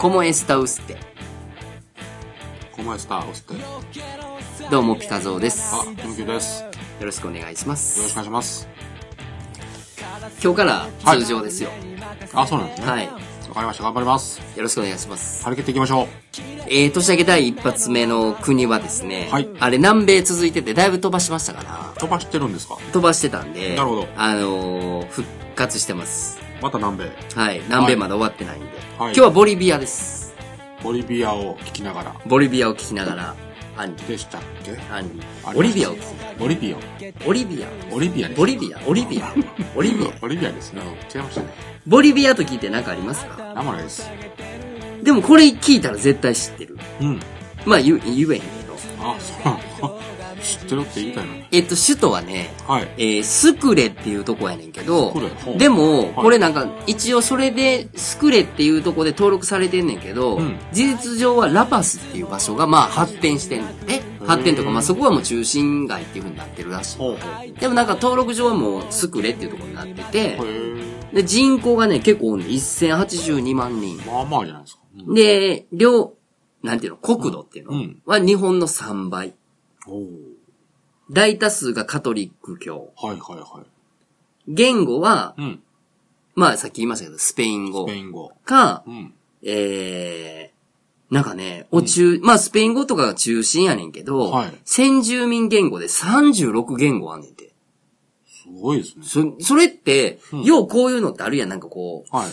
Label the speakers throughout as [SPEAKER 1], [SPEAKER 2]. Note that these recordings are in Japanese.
[SPEAKER 1] ¿Cómo está usted?
[SPEAKER 2] ¿Cómo está usted?
[SPEAKER 1] どうも、ピカゾーです。
[SPEAKER 2] あ
[SPEAKER 1] よ、
[SPEAKER 2] 天気です。よ
[SPEAKER 1] ろしくお願いしま
[SPEAKER 2] ろしくお
[SPEAKER 1] す。
[SPEAKER 2] 願いします。
[SPEAKER 1] 今日から
[SPEAKER 2] はい
[SPEAKER 1] 通常ですよ。
[SPEAKER 2] あ、そうなんですね。
[SPEAKER 1] はい。
[SPEAKER 2] わかりました。頑張ります。
[SPEAKER 1] よろしくお願いします。
[SPEAKER 2] 張り切っていきましょう。
[SPEAKER 1] えー、年明け第一発目の国はですね、
[SPEAKER 2] はい
[SPEAKER 1] あれ南米続いててだいぶ飛ばしましたから、
[SPEAKER 2] 飛ばしてるんですか
[SPEAKER 1] 飛ばしてたんで、
[SPEAKER 2] なるほど
[SPEAKER 1] あのー、復活してます。
[SPEAKER 2] また南米、
[SPEAKER 1] はい。南米まだ終わってないんで。
[SPEAKER 2] はい
[SPEAKER 1] 今日はボリビアです。
[SPEAKER 2] ボリビアを聞きながら
[SPEAKER 1] ボリビアを聞きながら、アンリ、
[SPEAKER 2] でしたっけ
[SPEAKER 1] アンリ
[SPEAKER 2] あ、り
[SPEAKER 1] ボリビアを聞き
[SPEAKER 2] ボリビア。
[SPEAKER 1] オリビア
[SPEAKER 2] ボリビアです
[SPEAKER 1] ボリビアオリビアオリビア
[SPEAKER 2] ボリビアですね。違いましたね。
[SPEAKER 1] ボリビアと聞いて何かありますか
[SPEAKER 2] 生ないです。
[SPEAKER 1] でもこれ聞いたら絶対知ってる。
[SPEAKER 2] うん。
[SPEAKER 1] まあ言う言えへんけど。
[SPEAKER 2] あ、そうなんだ。知ってるって言いたいのに。
[SPEAKER 1] えっと、首都はね、
[SPEAKER 2] はい。
[SPEAKER 1] えースクレっていうとこやねんけど
[SPEAKER 2] スクレほ、う
[SPEAKER 1] でも、
[SPEAKER 2] い
[SPEAKER 1] これなんか、一応それで、スクレっていうとこで登録されてんねんけど、
[SPEAKER 2] うん
[SPEAKER 1] 事実上はラパスっていう場所が、まあ発展してんねんえ発展とか、まあそこはもう中心街っていう風になってるらし
[SPEAKER 2] ほう
[SPEAKER 1] い。でもなんか登録上はもうスクレっていうとこになってて、
[SPEAKER 2] へー
[SPEAKER 1] で、人口がね、結構多いね1082万人。
[SPEAKER 2] まあまあじゃないですか。うん
[SPEAKER 1] で、両、なんていうの、国土っていうの、
[SPEAKER 2] うん
[SPEAKER 1] は日本の3倍。
[SPEAKER 2] おー
[SPEAKER 1] 大多数がカトリック教。
[SPEAKER 2] はいはいは
[SPEAKER 1] 言語は、
[SPEAKER 2] い。うん。
[SPEAKER 1] まあさっき言いましたけど、スペイン語
[SPEAKER 2] スペイン語。
[SPEAKER 1] か
[SPEAKER 2] う、ん。
[SPEAKER 1] えー、なんかね、お中、まあスペイン語とかが中心やねんけど、
[SPEAKER 2] はい
[SPEAKER 1] 先住民言語で36言語あんねんて。
[SPEAKER 2] すごいですね。
[SPEAKER 1] そ、それって、
[SPEAKER 2] うん
[SPEAKER 1] ようこういうのってあるやん、なんかこう、
[SPEAKER 2] はい。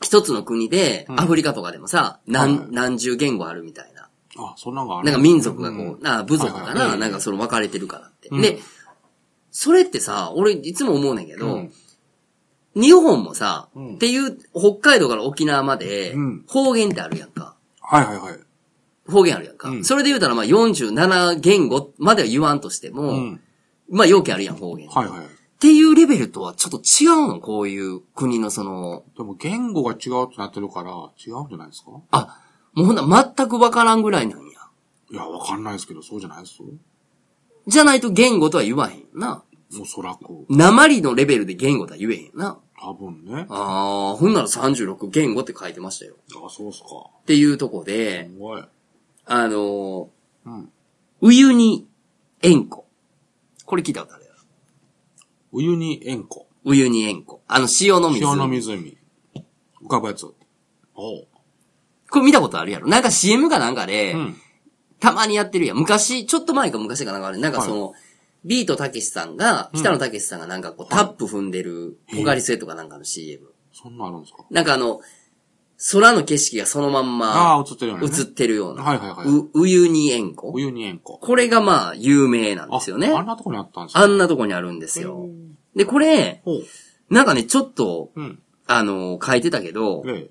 [SPEAKER 1] 一つの国で、
[SPEAKER 2] うん
[SPEAKER 1] アフリカとかでもさ、
[SPEAKER 2] はい
[SPEAKER 1] 何、何十言語あるみたいな。
[SPEAKER 2] あ、そんなんがある。
[SPEAKER 1] なんか民族がこう、
[SPEAKER 2] ん
[SPEAKER 1] な部族か
[SPEAKER 2] はいは
[SPEAKER 1] な、
[SPEAKER 2] いうん
[SPEAKER 1] なんかその分かれてるからって。
[SPEAKER 2] うん
[SPEAKER 1] で、それってさ、俺いつも思うねんけど、
[SPEAKER 2] うん
[SPEAKER 1] 日本もさ、
[SPEAKER 2] うん
[SPEAKER 1] っていう、北海道から沖縄まで
[SPEAKER 2] うん、
[SPEAKER 1] 方言ってあるやんか。
[SPEAKER 2] はいはいはい。
[SPEAKER 1] 方言あるやんか。
[SPEAKER 2] うん
[SPEAKER 1] それで言うたら、まあ47言語までは言わんとしても、
[SPEAKER 2] うん。
[SPEAKER 1] まあ要件あるやん、方言。
[SPEAKER 2] はいはい。
[SPEAKER 1] っていうレベルとはちょっと違うの、こういう国のその、
[SPEAKER 2] でも言語が違うってなってるから、違うんじゃないですか
[SPEAKER 1] あ、もうほんなら全く分からんぐらいなんや。
[SPEAKER 2] いや、わかんないですけど、そうじゃないですよ。
[SPEAKER 1] じゃないと言語とは言わへんよな。
[SPEAKER 2] おそらく。
[SPEAKER 1] 鉛のレベルで言語とは言えへんよな。
[SPEAKER 2] 多分ね。あ、
[SPEAKER 1] ああ、ほんなら36言語って書いてましたよ。
[SPEAKER 2] そうっすか。、
[SPEAKER 1] っていうとこです
[SPEAKER 2] ごい。
[SPEAKER 1] あの
[SPEAKER 2] うん。
[SPEAKER 1] ー、ウユニ塩湖。これ聞いたことあるやろ。
[SPEAKER 2] お湯に塩湖。
[SPEAKER 1] ウユニ塩湖。あの、塩の水。
[SPEAKER 2] 塩の湖。浮かぶやつ。おう。
[SPEAKER 1] これ見たことあるやろ。なんか CM かなんかで、
[SPEAKER 2] うん。
[SPEAKER 1] たまにやってるやん。昔、ちょっと前か昔かなんかあれ、なんかその、ビートたけしさんが、北野たけしさんがなんかこう、タップ踏んでる、ポカリスエとかなんかの CM。
[SPEAKER 2] そんなんあるんですか
[SPEAKER 1] なんかあの、空の景色がそのまん
[SPEAKER 2] あ
[SPEAKER 1] ま
[SPEAKER 2] あ、映ってるよね。
[SPEAKER 1] 映ってるような。
[SPEAKER 2] はいはいはいう
[SPEAKER 1] ウユニ塩湖
[SPEAKER 2] お。湯に塩湖。
[SPEAKER 1] これがまあ、有名なんですよね。
[SPEAKER 2] あ
[SPEAKER 1] あ
[SPEAKER 2] あんなとこにあったんですか
[SPEAKER 1] んなとこにあるんですよ。で、これ、
[SPEAKER 2] ほう。
[SPEAKER 1] なんかね、ちょっと、
[SPEAKER 2] うん。
[SPEAKER 1] あのー書いてたけど、
[SPEAKER 2] ええ。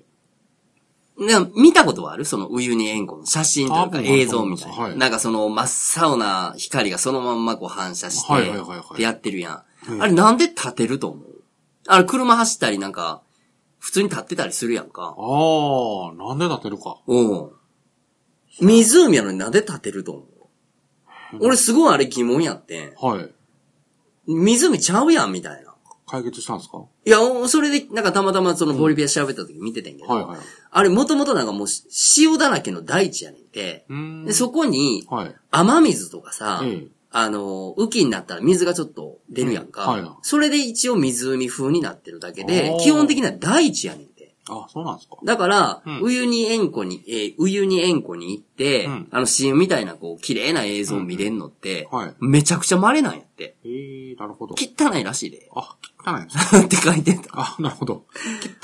[SPEAKER 1] な見たことはあるその、ウユニ塩湖の写真というか
[SPEAKER 2] あ僕は
[SPEAKER 1] 映像みたいな。
[SPEAKER 2] そうですはい
[SPEAKER 1] なんかその、真っ青な光がそのまんまこう反射して、
[SPEAKER 2] はいはいはいはい
[SPEAKER 1] でやってるやん。
[SPEAKER 2] うん
[SPEAKER 1] あれなんで立てると思うあれ、車走ったりなんか、普通に立ってたりするやんか。
[SPEAKER 2] ああ、なんで立てるか。
[SPEAKER 1] うん。湖やのになんで立てると思う俺すごいあれ疑問やってん。
[SPEAKER 2] はい。
[SPEAKER 1] 湖ちゃうやん、みたいな。
[SPEAKER 2] 解決したんですかはい
[SPEAKER 1] や、おそれで、なんかたまたまそのボリビア調べた時見ててんけど、
[SPEAKER 2] いはい。
[SPEAKER 1] あれもともとなんかもう塩だらけの大地やねんて、
[SPEAKER 2] うーん。
[SPEAKER 1] で、そこに
[SPEAKER 2] はい。
[SPEAKER 1] 雨水とかさ、
[SPEAKER 2] ええ
[SPEAKER 1] あの、雨季になったら水がちょっと出るやんか、
[SPEAKER 2] うんはい
[SPEAKER 1] それで一応湖風になってるだけで
[SPEAKER 2] あ、ー
[SPEAKER 1] 基本的には大地やねんて。
[SPEAKER 2] あ、そうなんですか
[SPEAKER 1] だから、
[SPEAKER 2] うん
[SPEAKER 1] ウユニ塩湖に、えーウユニ塩湖に行って、
[SPEAKER 2] うん
[SPEAKER 1] あの CM みたいなこう、綺麗な映像を見れんのって、
[SPEAKER 2] うんはい
[SPEAKER 1] めちゃくちゃ稀なんやって。
[SPEAKER 2] ええ、なるほど。
[SPEAKER 1] 汚いらしいで。
[SPEAKER 2] あ、汚いです。
[SPEAKER 1] って書いてた。
[SPEAKER 2] あ、なるほど。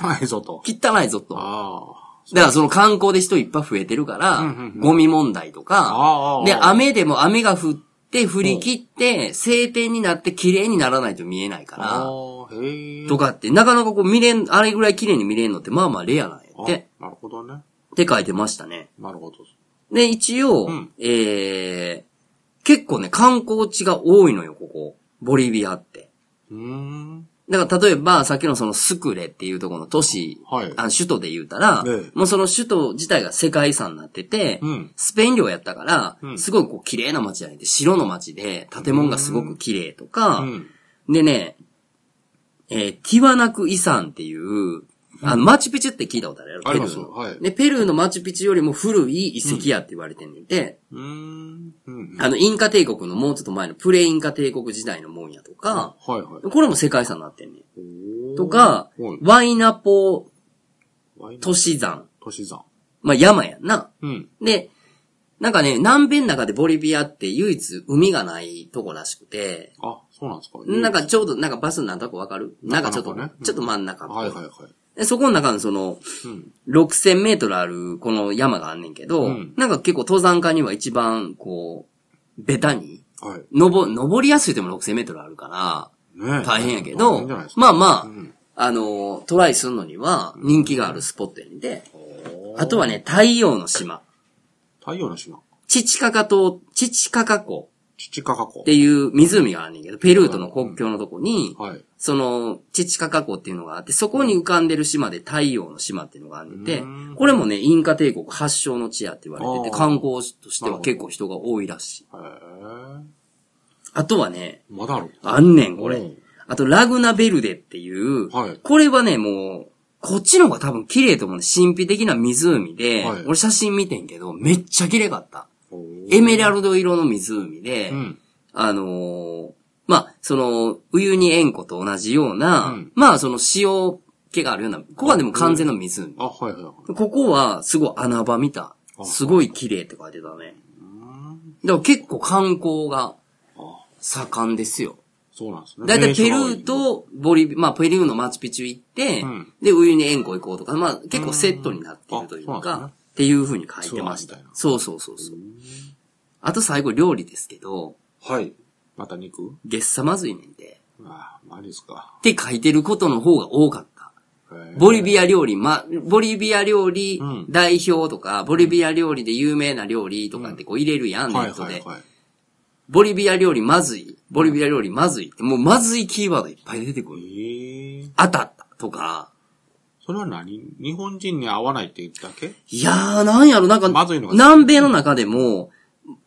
[SPEAKER 2] 汚いぞと。
[SPEAKER 1] 汚いぞと。
[SPEAKER 2] あ
[SPEAKER 1] だからその観光で人いっぱい増えてるから、
[SPEAKER 2] うんうんうん
[SPEAKER 1] ゴミ問題と
[SPEAKER 2] あ
[SPEAKER 1] か、
[SPEAKER 2] ー
[SPEAKER 1] で、雨でも雨が降って降り切って、晴天になって綺麗にならないと見えない
[SPEAKER 2] あ。あ
[SPEAKER 1] か
[SPEAKER 2] あ、へえ。
[SPEAKER 1] ら、とかって、なかなかこう見れん、あれぐらい綺麗に見れんのって、まあまあレアなんや
[SPEAKER 2] あ。
[SPEAKER 1] って、
[SPEAKER 2] なるほどね。
[SPEAKER 1] って書いてましたね。
[SPEAKER 2] なるほど。
[SPEAKER 1] で、一応、
[SPEAKER 2] うん
[SPEAKER 1] えー、結構ね、観光地が多いのよ、ここ。ボリビアって。
[SPEAKER 2] うーん。
[SPEAKER 1] だから、例えば、さっきのそのスクレっていうところの都市、
[SPEAKER 2] はい
[SPEAKER 1] あの首都で言うたら、
[SPEAKER 2] ええ
[SPEAKER 1] もうその首都自体が世界遺産になってて、
[SPEAKER 2] うん
[SPEAKER 1] スペイン領やったから、
[SPEAKER 2] うん
[SPEAKER 1] すごいこう綺麗な街じゃなくて、白の街で、建物がすごく綺麗とか、
[SPEAKER 2] うん。
[SPEAKER 1] でね、えーティワナク遺産っていう、あの、マチュピチュって聞いたことあるやろペ
[SPEAKER 2] あり
[SPEAKER 1] ル
[SPEAKER 2] ます
[SPEAKER 1] ー
[SPEAKER 2] よ
[SPEAKER 1] の。
[SPEAKER 2] はい
[SPEAKER 1] で、ペルーのマチュピチュよりも古い遺跡やって言われてんねんて、
[SPEAKER 2] うーん。うん。
[SPEAKER 1] あの、インカ帝国のもうちょっと前のプレインカ帝国時代のもんやとか、
[SPEAKER 2] はいはい。
[SPEAKER 1] これも世界遺産になってんねん。
[SPEAKER 2] おー
[SPEAKER 1] とか
[SPEAKER 2] はい、
[SPEAKER 1] ワイナポ
[SPEAKER 2] ワイナ
[SPEAKER 1] 都市山。
[SPEAKER 2] 都市山。
[SPEAKER 1] まあ、山やんな。
[SPEAKER 2] うん。
[SPEAKER 1] で、なんかね、南米の中でボリビアって唯一海がないとこらしくて、
[SPEAKER 2] あ、そうなんですか。
[SPEAKER 1] なんかちょうど、なんかバスなんとかわかるなんかちょっと、
[SPEAKER 2] なかなかね
[SPEAKER 1] ちょっと真ん中っぽ
[SPEAKER 2] はいはいはい。
[SPEAKER 1] でそこの中のその、
[SPEAKER 2] うん。
[SPEAKER 1] 6000メートルあるこの山があんねんけど、
[SPEAKER 2] うん
[SPEAKER 1] なんか結構登山家には一番、こう、ベタに、
[SPEAKER 2] はい。
[SPEAKER 1] 登、登りやすいでも6000メートルあるから、
[SPEAKER 2] ねえ
[SPEAKER 1] 大変やけ
[SPEAKER 2] 大
[SPEAKER 1] ど
[SPEAKER 2] 変じゃないで、すか
[SPEAKER 1] まあまあ、
[SPEAKER 2] うん
[SPEAKER 1] あの、トライするのには人気があるスポットやねんで、
[SPEAKER 2] おー
[SPEAKER 1] あとはね、太陽の島。
[SPEAKER 2] 太陽の島。
[SPEAKER 1] チチカカ島、チチカカ湖
[SPEAKER 2] チチカカ湖
[SPEAKER 1] っ。ていう湖があんねんけど、ペルーとの国境のとこに、
[SPEAKER 2] はい。
[SPEAKER 1] その、チチカカ湖っていうのがあって、そこに浮かんでる島で太陽の島っていうのがあんでて
[SPEAKER 2] うん、
[SPEAKER 1] これもね、インカ帝国発祥の地やって言われてて、
[SPEAKER 2] あー
[SPEAKER 1] 観光としては結構人が多いらしい。
[SPEAKER 2] へえ。
[SPEAKER 1] あとはね、
[SPEAKER 2] まだある。
[SPEAKER 1] あんねん、こ
[SPEAKER 2] う
[SPEAKER 1] れ
[SPEAKER 2] ん。
[SPEAKER 1] あと、ラグナベルデっていう、
[SPEAKER 2] はい
[SPEAKER 1] これはね、もう、こっちの方が多分綺麗と思うね。神秘的な湖で、
[SPEAKER 2] はい
[SPEAKER 1] 俺写真見てんけど、めっちゃ綺麗かった。
[SPEAKER 2] え
[SPEAKER 1] エメラルド色の湖で、
[SPEAKER 2] うん。
[SPEAKER 1] あのーまあ、その、ウユニ塩湖と同じような、
[SPEAKER 2] うん
[SPEAKER 1] まあ、その塩気があるような、ここはでも完全な湖。
[SPEAKER 2] あ、はいはいはい。
[SPEAKER 1] ここは、すごい穴場見た。
[SPEAKER 2] あ
[SPEAKER 1] すごい綺麗って書いてたね。
[SPEAKER 2] うーん
[SPEAKER 1] だから結構観光が
[SPEAKER 2] あ、
[SPEAKER 1] 盛んですよ。
[SPEAKER 2] そうなんですね。
[SPEAKER 1] だいたいペル
[SPEAKER 2] 名所が多い
[SPEAKER 1] ー、とボリビ、まあ、ペルーのマチュピチュ行って、
[SPEAKER 2] うん
[SPEAKER 1] で、ウユニ塩湖行こうとか、まあ、結構セットになっているという
[SPEAKER 2] うんあそうなんです
[SPEAKER 1] か
[SPEAKER 2] ね、
[SPEAKER 1] っていう風に書いてました
[SPEAKER 2] ツアーみたいな。
[SPEAKER 1] そうそうそうそう。あと最後、料理ですけど、
[SPEAKER 2] はい。また肉
[SPEAKER 1] ゲッサまずいねんで。
[SPEAKER 2] あマジですか
[SPEAKER 1] っ。て書いてることの方が多かった。ボ
[SPEAKER 2] ボ
[SPEAKER 1] リビア料理、ま、ボリビア料理
[SPEAKER 2] うん
[SPEAKER 1] 代表とか、ボリビア料理で有名な料理とかってこう入れるやん、ネ
[SPEAKER 2] はい
[SPEAKER 1] ット
[SPEAKER 2] はい
[SPEAKER 1] で。
[SPEAKER 2] はい。
[SPEAKER 1] ボリビア料理まずい、ボリビア料理まずいって、もうまずいキーワードいっぱい出てくる。
[SPEAKER 2] ええ
[SPEAKER 1] 当たったとか、
[SPEAKER 2] それは何日本人に合わないって言っただけ
[SPEAKER 1] いやーなんやろ、なんか、
[SPEAKER 2] まずいのが
[SPEAKER 1] 南米の中でも、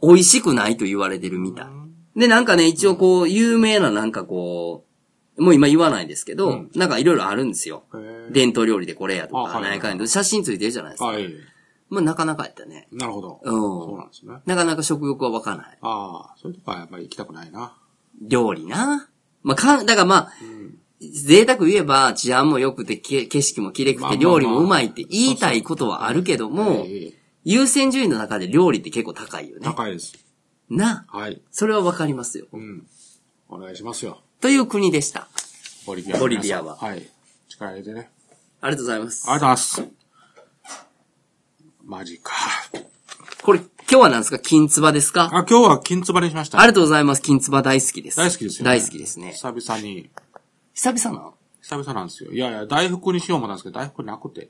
[SPEAKER 1] 美味しくないと言われてるみたい。で、なんかね、一応こう、有名ななんかこう、もう今言わないですけど、
[SPEAKER 2] うん
[SPEAKER 1] なんかいろいろあるんですよ。
[SPEAKER 2] へえ
[SPEAKER 1] 伝統料理でこれやと
[SPEAKER 2] あはい
[SPEAKER 1] か、
[SPEAKER 2] はい
[SPEAKER 1] 何
[SPEAKER 2] はい
[SPEAKER 1] やかんやと写真ついてるじゃないですか。
[SPEAKER 2] はい。
[SPEAKER 1] まあ、なかなかやったね。
[SPEAKER 2] なるほど。
[SPEAKER 1] うん
[SPEAKER 2] そうなんですね。
[SPEAKER 1] なかなか食欲は湧かない。
[SPEAKER 2] ああ、そういうとこはやっぱり行きたくないな。
[SPEAKER 1] 料理な。まあ、か、だからまあ、
[SPEAKER 2] うん。
[SPEAKER 1] 贅沢言えば治安も良くて、け景色も綺麗く
[SPEAKER 2] まあま
[SPEAKER 1] て、
[SPEAKER 2] あ
[SPEAKER 1] 料理もうまいって言いたいことはあるけども、
[SPEAKER 2] ええ
[SPEAKER 1] 優先順位の中で料理って結構高いよね。
[SPEAKER 2] 高いです。
[SPEAKER 1] な。
[SPEAKER 2] はい。
[SPEAKER 1] それはわかりますよ。
[SPEAKER 2] うん。お願いしますよ。
[SPEAKER 1] という国でした。
[SPEAKER 2] ボリビア。
[SPEAKER 1] ボリビアは
[SPEAKER 2] はい。力入れてね。
[SPEAKER 1] ありがとうございます
[SPEAKER 2] あ。りがとうございます。マジか。
[SPEAKER 1] これ、今日は何ですか金つばですか
[SPEAKER 2] あ、今日は金つばにしました。
[SPEAKER 1] ありがとうございます。金つば大好きです。
[SPEAKER 2] 大好きですよね
[SPEAKER 1] 大好きですね。
[SPEAKER 2] 久々に。
[SPEAKER 1] 久々なの
[SPEAKER 2] 久々なんですよ。いやいや、大福にしようもなんですけど、大福なくて。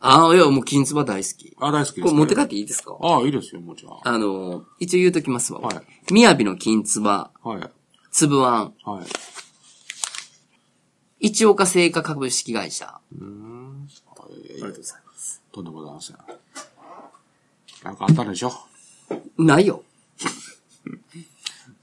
[SPEAKER 1] ああ、いや、もう金つば大好き。こ
[SPEAKER 2] あ、大好きです。
[SPEAKER 1] れ持って帰っていいですか
[SPEAKER 2] ああ、いいですよ、もちろん。
[SPEAKER 1] あの、一応言うときますわ。
[SPEAKER 2] はい
[SPEAKER 1] みやびの金つば、
[SPEAKER 2] はい。
[SPEAKER 1] つぶあん、
[SPEAKER 2] はい。
[SPEAKER 1] 一岡製菓株式会社。あ
[SPEAKER 2] うーん。
[SPEAKER 1] りがとうございます。
[SPEAKER 2] とんでもございません。なんかあったんでしょ
[SPEAKER 1] ないよ。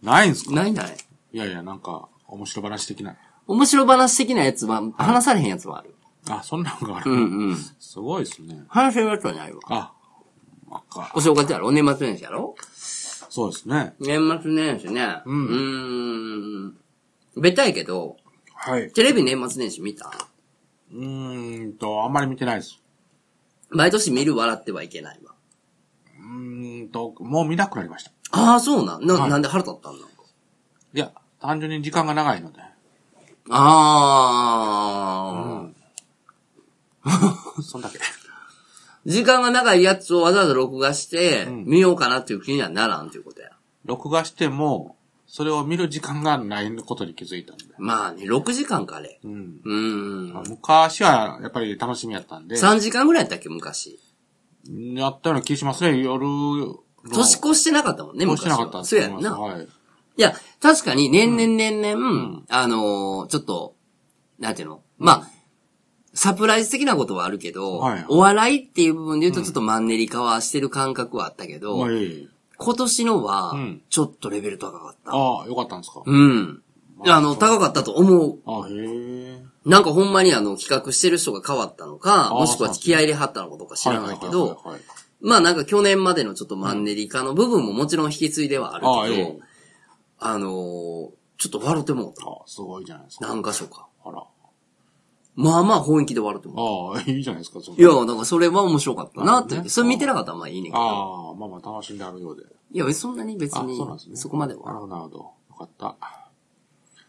[SPEAKER 2] ないんすか
[SPEAKER 1] ないない。
[SPEAKER 2] いやいや、なんか、面白話的な。
[SPEAKER 1] 面白話的なやつは、話されへんやつはある。
[SPEAKER 2] あ、そんなんがある。
[SPEAKER 1] うんうん。
[SPEAKER 2] すごいですね。
[SPEAKER 1] 話せるやつはないわ。
[SPEAKER 2] あ、まっか
[SPEAKER 1] お。正月やろお年末年始やろ
[SPEAKER 2] そうですね。
[SPEAKER 1] 年末年始ね。
[SPEAKER 2] うん
[SPEAKER 1] うーん。べたいけど、
[SPEAKER 2] はい。う
[SPEAKER 1] テレビ年末年始見た
[SPEAKER 2] ーんと、あんまり見てないです。
[SPEAKER 1] 毎年見る笑ってはいけないわ。
[SPEAKER 2] うーんと、もう見なくなりました。
[SPEAKER 1] ああ、そうなん。な、
[SPEAKER 2] はい
[SPEAKER 1] なんで腹立ったんだ
[SPEAKER 2] いや、単純に時間が長いので。う
[SPEAKER 1] ああ、
[SPEAKER 2] ん。そんだけ。
[SPEAKER 1] 時間が長いやつをわざわざ録画して、
[SPEAKER 2] ん
[SPEAKER 1] 見ようかなっていう気にはならんということや。
[SPEAKER 2] 録画しても、それを見る時間がないことに気づいたんで。
[SPEAKER 1] まあね、6時間かあれ。
[SPEAKER 2] うん。
[SPEAKER 1] うー
[SPEAKER 2] まあ
[SPEAKER 1] ん。
[SPEAKER 2] 昔はやっぱり楽しみやったんで、
[SPEAKER 1] 3時間ぐらいやったっけ、昔。
[SPEAKER 2] やったような気しますね、夜の。
[SPEAKER 1] 年越してなかったもんね、
[SPEAKER 2] 越
[SPEAKER 1] 昔
[SPEAKER 2] し
[SPEAKER 1] は。
[SPEAKER 2] てなかったん
[SPEAKER 1] そうや
[SPEAKER 2] と
[SPEAKER 1] ん
[SPEAKER 2] 思います
[SPEAKER 1] な。
[SPEAKER 2] はい。
[SPEAKER 1] いや、確かに年々年々、あのーちょっと、なんていうのまあ、サプライズ的なことはあるけど、
[SPEAKER 2] はい
[SPEAKER 1] お笑いっていう部分で言うとちょっとマンネリ化はしてる感覚はあったけど、
[SPEAKER 2] まあ、いい。
[SPEAKER 1] 今年のは
[SPEAKER 2] うん、
[SPEAKER 1] ちょっとレベル高かった。
[SPEAKER 2] ああ、よかったんですか。
[SPEAKER 1] うん。あの、高かったと思う。
[SPEAKER 2] ああ、へえ。
[SPEAKER 1] なんかほんまにあの企画してる人が変わったのか、
[SPEAKER 2] あー
[SPEAKER 1] もしくは気合入れはったのかとか知らないけ
[SPEAKER 2] は
[SPEAKER 1] ど、
[SPEAKER 2] ははいはい
[SPEAKER 1] まあなんか去年までのちょっとマンネリ化の部分ももちろん引き継いではあ
[SPEAKER 2] ああ、
[SPEAKER 1] る
[SPEAKER 2] え
[SPEAKER 1] け
[SPEAKER 2] え
[SPEAKER 1] ど、。あのーちょっと笑ってもうた。
[SPEAKER 2] あすごいじゃないですか。
[SPEAKER 1] 何箇所か。
[SPEAKER 2] あら。
[SPEAKER 1] まあまあ本気で笑ってもう
[SPEAKER 2] ああ、いいじゃないですか、そん
[SPEAKER 1] た。
[SPEAKER 2] ない
[SPEAKER 1] や、なんかそれは面白かったなって言
[SPEAKER 2] なるほど
[SPEAKER 1] っ
[SPEAKER 2] ね
[SPEAKER 1] て、それ見てなかったらまあいいねんけど。
[SPEAKER 2] ああ、まあまあ楽しんであるようで。
[SPEAKER 1] いや、そんなに別
[SPEAKER 2] あ
[SPEAKER 1] に
[SPEAKER 2] そうなんです、ね。
[SPEAKER 1] そこまで
[SPEAKER 2] なる
[SPEAKER 1] は。
[SPEAKER 2] ほど、なるほど。よかった。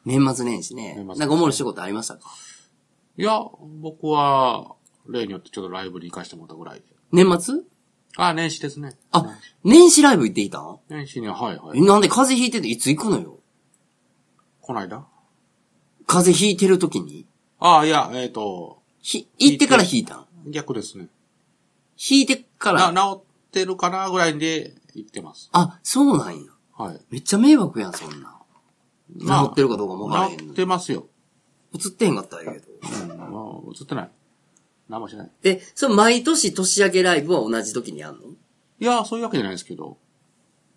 [SPEAKER 1] 年末年始ね。
[SPEAKER 2] 年末
[SPEAKER 1] なんかおもろい仕事ありましたか
[SPEAKER 2] いや、僕は、例によってちょっとライブに行かせてもらったぐらいで。
[SPEAKER 1] 年末
[SPEAKER 2] ああ、年始ですね。
[SPEAKER 1] あ、年始ライブ行っていたん
[SPEAKER 2] 年始には、はいは
[SPEAKER 1] え
[SPEAKER 2] い。
[SPEAKER 1] なんで風邪ひいてていつ行くのよ
[SPEAKER 2] こないだ
[SPEAKER 1] 風邪ひいてる時に
[SPEAKER 2] ああ、いや、えっ、と、
[SPEAKER 1] ひ、行ってからひいたん
[SPEAKER 2] 逆ですね。
[SPEAKER 1] ひいてか
[SPEAKER 2] な、
[SPEAKER 1] ら。
[SPEAKER 2] 治ってるかなぐらいで行ってます。
[SPEAKER 1] あ、そうなんや。
[SPEAKER 2] はい。
[SPEAKER 1] めっちゃ迷惑やん、そんなん。
[SPEAKER 2] まあ
[SPEAKER 1] 治ってるかどうかもわからへ
[SPEAKER 2] 治
[SPEAKER 1] ん
[SPEAKER 2] っ
[SPEAKER 1] のに。
[SPEAKER 2] てますよ。
[SPEAKER 1] 映ってへんかったらええけど。
[SPEAKER 2] うん、まあ映ってない。何もしてない。
[SPEAKER 1] で、その毎年年明けライブは同じ時にやんの
[SPEAKER 2] いや、そういうわけじゃないですけど。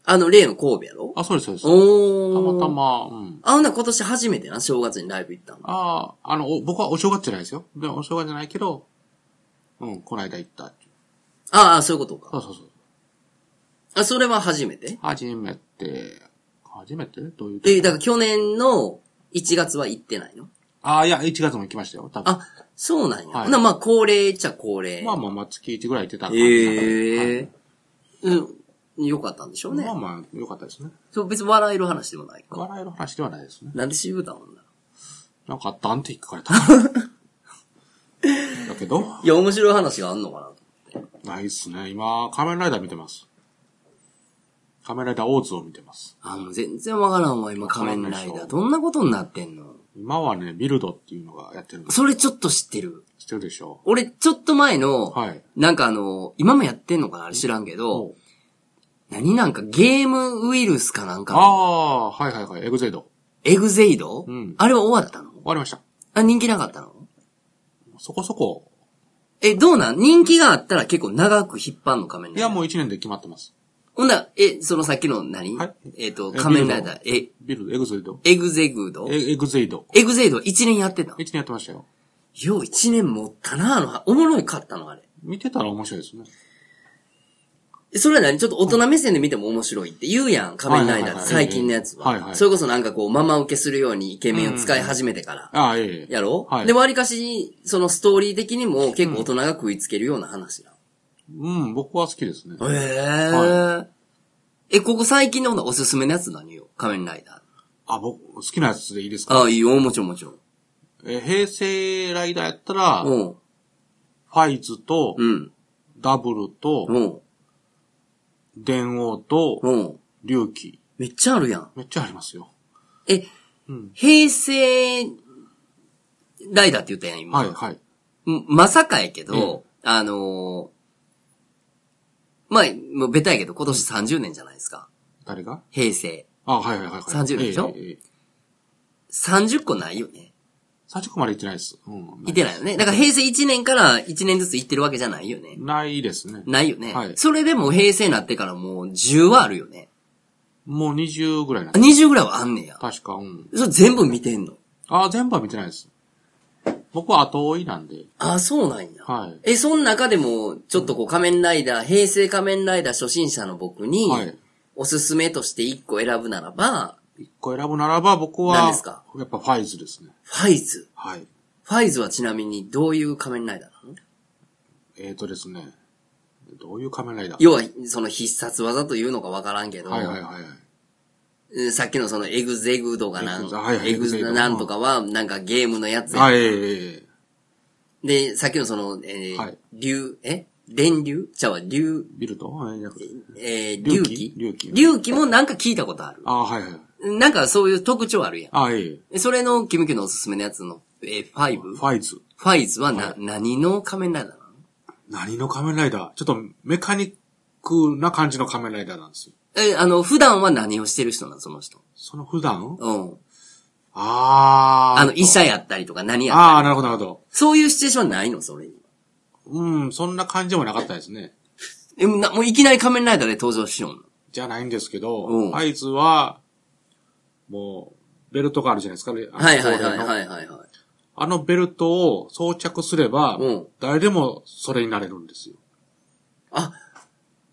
[SPEAKER 1] あの、例の神戸やろ
[SPEAKER 2] あ、そうです、そうです。た
[SPEAKER 1] お
[SPEAKER 2] ま
[SPEAKER 1] ー。
[SPEAKER 2] た。ま、うん。
[SPEAKER 1] あ、ほんなら今年初めてな、正月にライブ行ったの。
[SPEAKER 2] ああ、あの、お僕はお正月じゃないですよ。でお正月じゃないけど、うん、こないだ行ったっていう。
[SPEAKER 1] ああ、そういうこと
[SPEAKER 2] そ
[SPEAKER 1] か。
[SPEAKER 2] うそうそう。
[SPEAKER 1] あ、それは初めて
[SPEAKER 2] 初めて、初めてどういう
[SPEAKER 1] え、だから去年の1月は行ってないの
[SPEAKER 2] ああ、いや、1月も行きましたよ。多分
[SPEAKER 1] あ、そうなんや。
[SPEAKER 2] はい
[SPEAKER 1] ほんならまあ、恒例っちゃ恒例。
[SPEAKER 2] まあまあまあ、月1ぐらい行ってた感じ
[SPEAKER 1] ええうん。よかったんでしょうね。
[SPEAKER 2] まあまあ、良かったですね。
[SPEAKER 1] そう、別に笑える話でもないか。
[SPEAKER 2] 笑える話ではないですね。
[SPEAKER 1] なんで渋田なんだ
[SPEAKER 2] なんかあったんって聞かれ たから。だけど、
[SPEAKER 1] いや、面白い話があんのかな
[SPEAKER 2] ないっすね。今、仮面ライダー見てます。仮面ライダーオーズを見てます。
[SPEAKER 1] あ、もう全然わからんわ、今、仮面ライダー。どんなことになってんの
[SPEAKER 2] 今はね、ビルドっていうのがやってるんです。
[SPEAKER 1] それちょっと知ってる。
[SPEAKER 2] 知ってるでしょ
[SPEAKER 1] 俺、ちょっと前の、
[SPEAKER 2] はい。
[SPEAKER 1] なんかあの、今もやってんのかなあれ知らんけど、
[SPEAKER 2] お
[SPEAKER 1] 何なんかゲームウイルスかなんか
[SPEAKER 2] あ
[SPEAKER 1] の、
[SPEAKER 2] あ、はいはいはい、エグゼイド。
[SPEAKER 1] エグゼイド、
[SPEAKER 2] うん
[SPEAKER 1] あれは終わったの
[SPEAKER 2] 終わりました。
[SPEAKER 1] あ、人気なかったの
[SPEAKER 2] そこそこ。
[SPEAKER 1] え、どうなん人気があったら結構長く引っ張んの仮面ライ
[SPEAKER 2] い
[SPEAKER 1] ダー。
[SPEAKER 2] や、もう1年で決まってます。
[SPEAKER 1] ほんなら、え、そのさっきの何、
[SPEAKER 2] はい
[SPEAKER 1] えっ、と、
[SPEAKER 2] え
[SPEAKER 1] 仮面ライダー、え、
[SPEAKER 2] ビルド、エグゼイド。
[SPEAKER 1] エグゼグード
[SPEAKER 2] エエグゼイド。
[SPEAKER 1] エグゼイド1年やってたの
[SPEAKER 2] 1年やってましたよ。
[SPEAKER 1] よう1年持ったな、あの、おもろいかったの、あれ。
[SPEAKER 2] 見てたら面白いですね。
[SPEAKER 1] えそれは何ちょっと大人目線で見ても面白いって言うやん、仮面ライダーって
[SPEAKER 2] はいはいはい
[SPEAKER 1] 最近のやつは。
[SPEAKER 2] はいはい
[SPEAKER 1] それこそなんかこう、ママ受けするようにイケメンを使い始めてから。
[SPEAKER 2] ああ、ええ。
[SPEAKER 1] やろ、
[SPEAKER 2] はい
[SPEAKER 1] で、割かし、そのストーリー的にも結構大人が食いつけるような話な
[SPEAKER 2] うん、僕は好きですね。
[SPEAKER 1] の。へえ、え、ここ最近のほなおすすめのやつ何よ仮面ライダー。
[SPEAKER 2] あ、僕、好きなやつでいいですか
[SPEAKER 1] ああ、いいよ、もちろんもちろん。
[SPEAKER 2] えー平成ライダーやったら、フ
[SPEAKER 1] うん。
[SPEAKER 2] ァイズと、
[SPEAKER 1] うん。
[SPEAKER 2] ダブルと、
[SPEAKER 1] うん。
[SPEAKER 2] 電王と、
[SPEAKER 1] うん。
[SPEAKER 2] 龍騎。
[SPEAKER 1] めっちゃあるやん。
[SPEAKER 2] めっちゃありますよ。
[SPEAKER 1] え、
[SPEAKER 2] うん。
[SPEAKER 1] 平成ライダーって言ったやん、今。
[SPEAKER 2] はい、はい。
[SPEAKER 1] んまさかやけど、あのーまあ、もうベタやけど、今年30年じゃないですか。
[SPEAKER 2] 誰が
[SPEAKER 1] 平成。
[SPEAKER 2] あ、はい、はい、はいはい。
[SPEAKER 1] 30でしょ
[SPEAKER 2] ええええ
[SPEAKER 1] 30個ないよね。
[SPEAKER 2] 30個まで行ってないです。うん。
[SPEAKER 1] いてないよね。だから平成1年から1年ずついってるわけじゃないよね。
[SPEAKER 2] ないですね。
[SPEAKER 1] ないよね。
[SPEAKER 2] はい
[SPEAKER 1] それでも平成になってからもう10はあるよね。
[SPEAKER 2] もう20ぐらいなん
[SPEAKER 1] あ
[SPEAKER 2] で
[SPEAKER 1] 20ぐらいはあんねや
[SPEAKER 2] す。。確か、うん。
[SPEAKER 1] それ全部見てんの。
[SPEAKER 2] あ、全部は見てないです。僕は後追いなんで。
[SPEAKER 1] あ、そうなんや。
[SPEAKER 2] はい
[SPEAKER 1] え、その中でも、ちょっとこう仮面ライダー、平成仮面ライダー初心者の僕に、
[SPEAKER 2] はい
[SPEAKER 1] おすすめとして1個選ぶならば、
[SPEAKER 2] 一個選ぶならば、僕は、
[SPEAKER 1] 何ですか
[SPEAKER 2] やっぱファイズですね。
[SPEAKER 1] ファイズ。
[SPEAKER 2] はい。
[SPEAKER 1] ファイズはちなみにどういう仮面ライダーなの
[SPEAKER 2] えーとですね。どういう仮面ライダー
[SPEAKER 1] 要は、その必殺技というのかわからんけど、
[SPEAKER 2] はいはいはいはい。
[SPEAKER 1] うんさっきのそのエグゼグドがな
[SPEAKER 2] エグゼはい
[SPEAKER 1] ん、
[SPEAKER 2] は
[SPEAKER 1] エグ
[SPEAKER 2] いエグゼ
[SPEAKER 1] ゼ
[SPEAKER 2] グド
[SPEAKER 1] なんとかはなんかゲームのやつや
[SPEAKER 2] はい、ええええ
[SPEAKER 1] で、さっきのその、え
[SPEAKER 2] は
[SPEAKER 1] ー
[SPEAKER 2] い、
[SPEAKER 1] 竜、え電流ちゃうわ、竜、
[SPEAKER 2] ビルドえーじゃなくて
[SPEAKER 1] えー、
[SPEAKER 2] 竜
[SPEAKER 1] 竜
[SPEAKER 2] 気
[SPEAKER 1] 気
[SPEAKER 2] 竜気
[SPEAKER 1] 竜気もなんか聞いたことある。
[SPEAKER 2] ああ、はいはい。
[SPEAKER 1] なんかそういう特徴あるや
[SPEAKER 2] ああ、ええ。
[SPEAKER 1] ん。それの、キムキュのおすすめのやつの、えー、ファイブ
[SPEAKER 2] フ
[SPEAKER 1] フ
[SPEAKER 2] ァイズ。
[SPEAKER 1] ァイズはな、何の仮面ライダーなの
[SPEAKER 2] 何の仮面ライダーちょっとメカニックな感じの仮面ライダーなんですよ。
[SPEAKER 1] え、あの、普段は何をしてる人なのその人。
[SPEAKER 2] その普段
[SPEAKER 1] うん。
[SPEAKER 2] ああ。
[SPEAKER 1] あの、医者やったりとか何やったりとか
[SPEAKER 2] ああ、なるほど、なるほ
[SPEAKER 1] そういうシチュエーションないのそれに。
[SPEAKER 2] ど。うん、そんな感じもなかったですね。
[SPEAKER 1] え、な、もういきなり仮面ライダーで登場しようの。
[SPEAKER 2] じゃないんですけ
[SPEAKER 1] うん
[SPEAKER 2] ど、あいつは、もう、ベルトがあるじゃないですか。
[SPEAKER 1] は
[SPEAKER 2] はい。
[SPEAKER 1] はいはいはいいはいはい。
[SPEAKER 2] あのベルトを装着すれば、
[SPEAKER 1] うん
[SPEAKER 2] 誰でもそれになれるんですよ。
[SPEAKER 1] あ、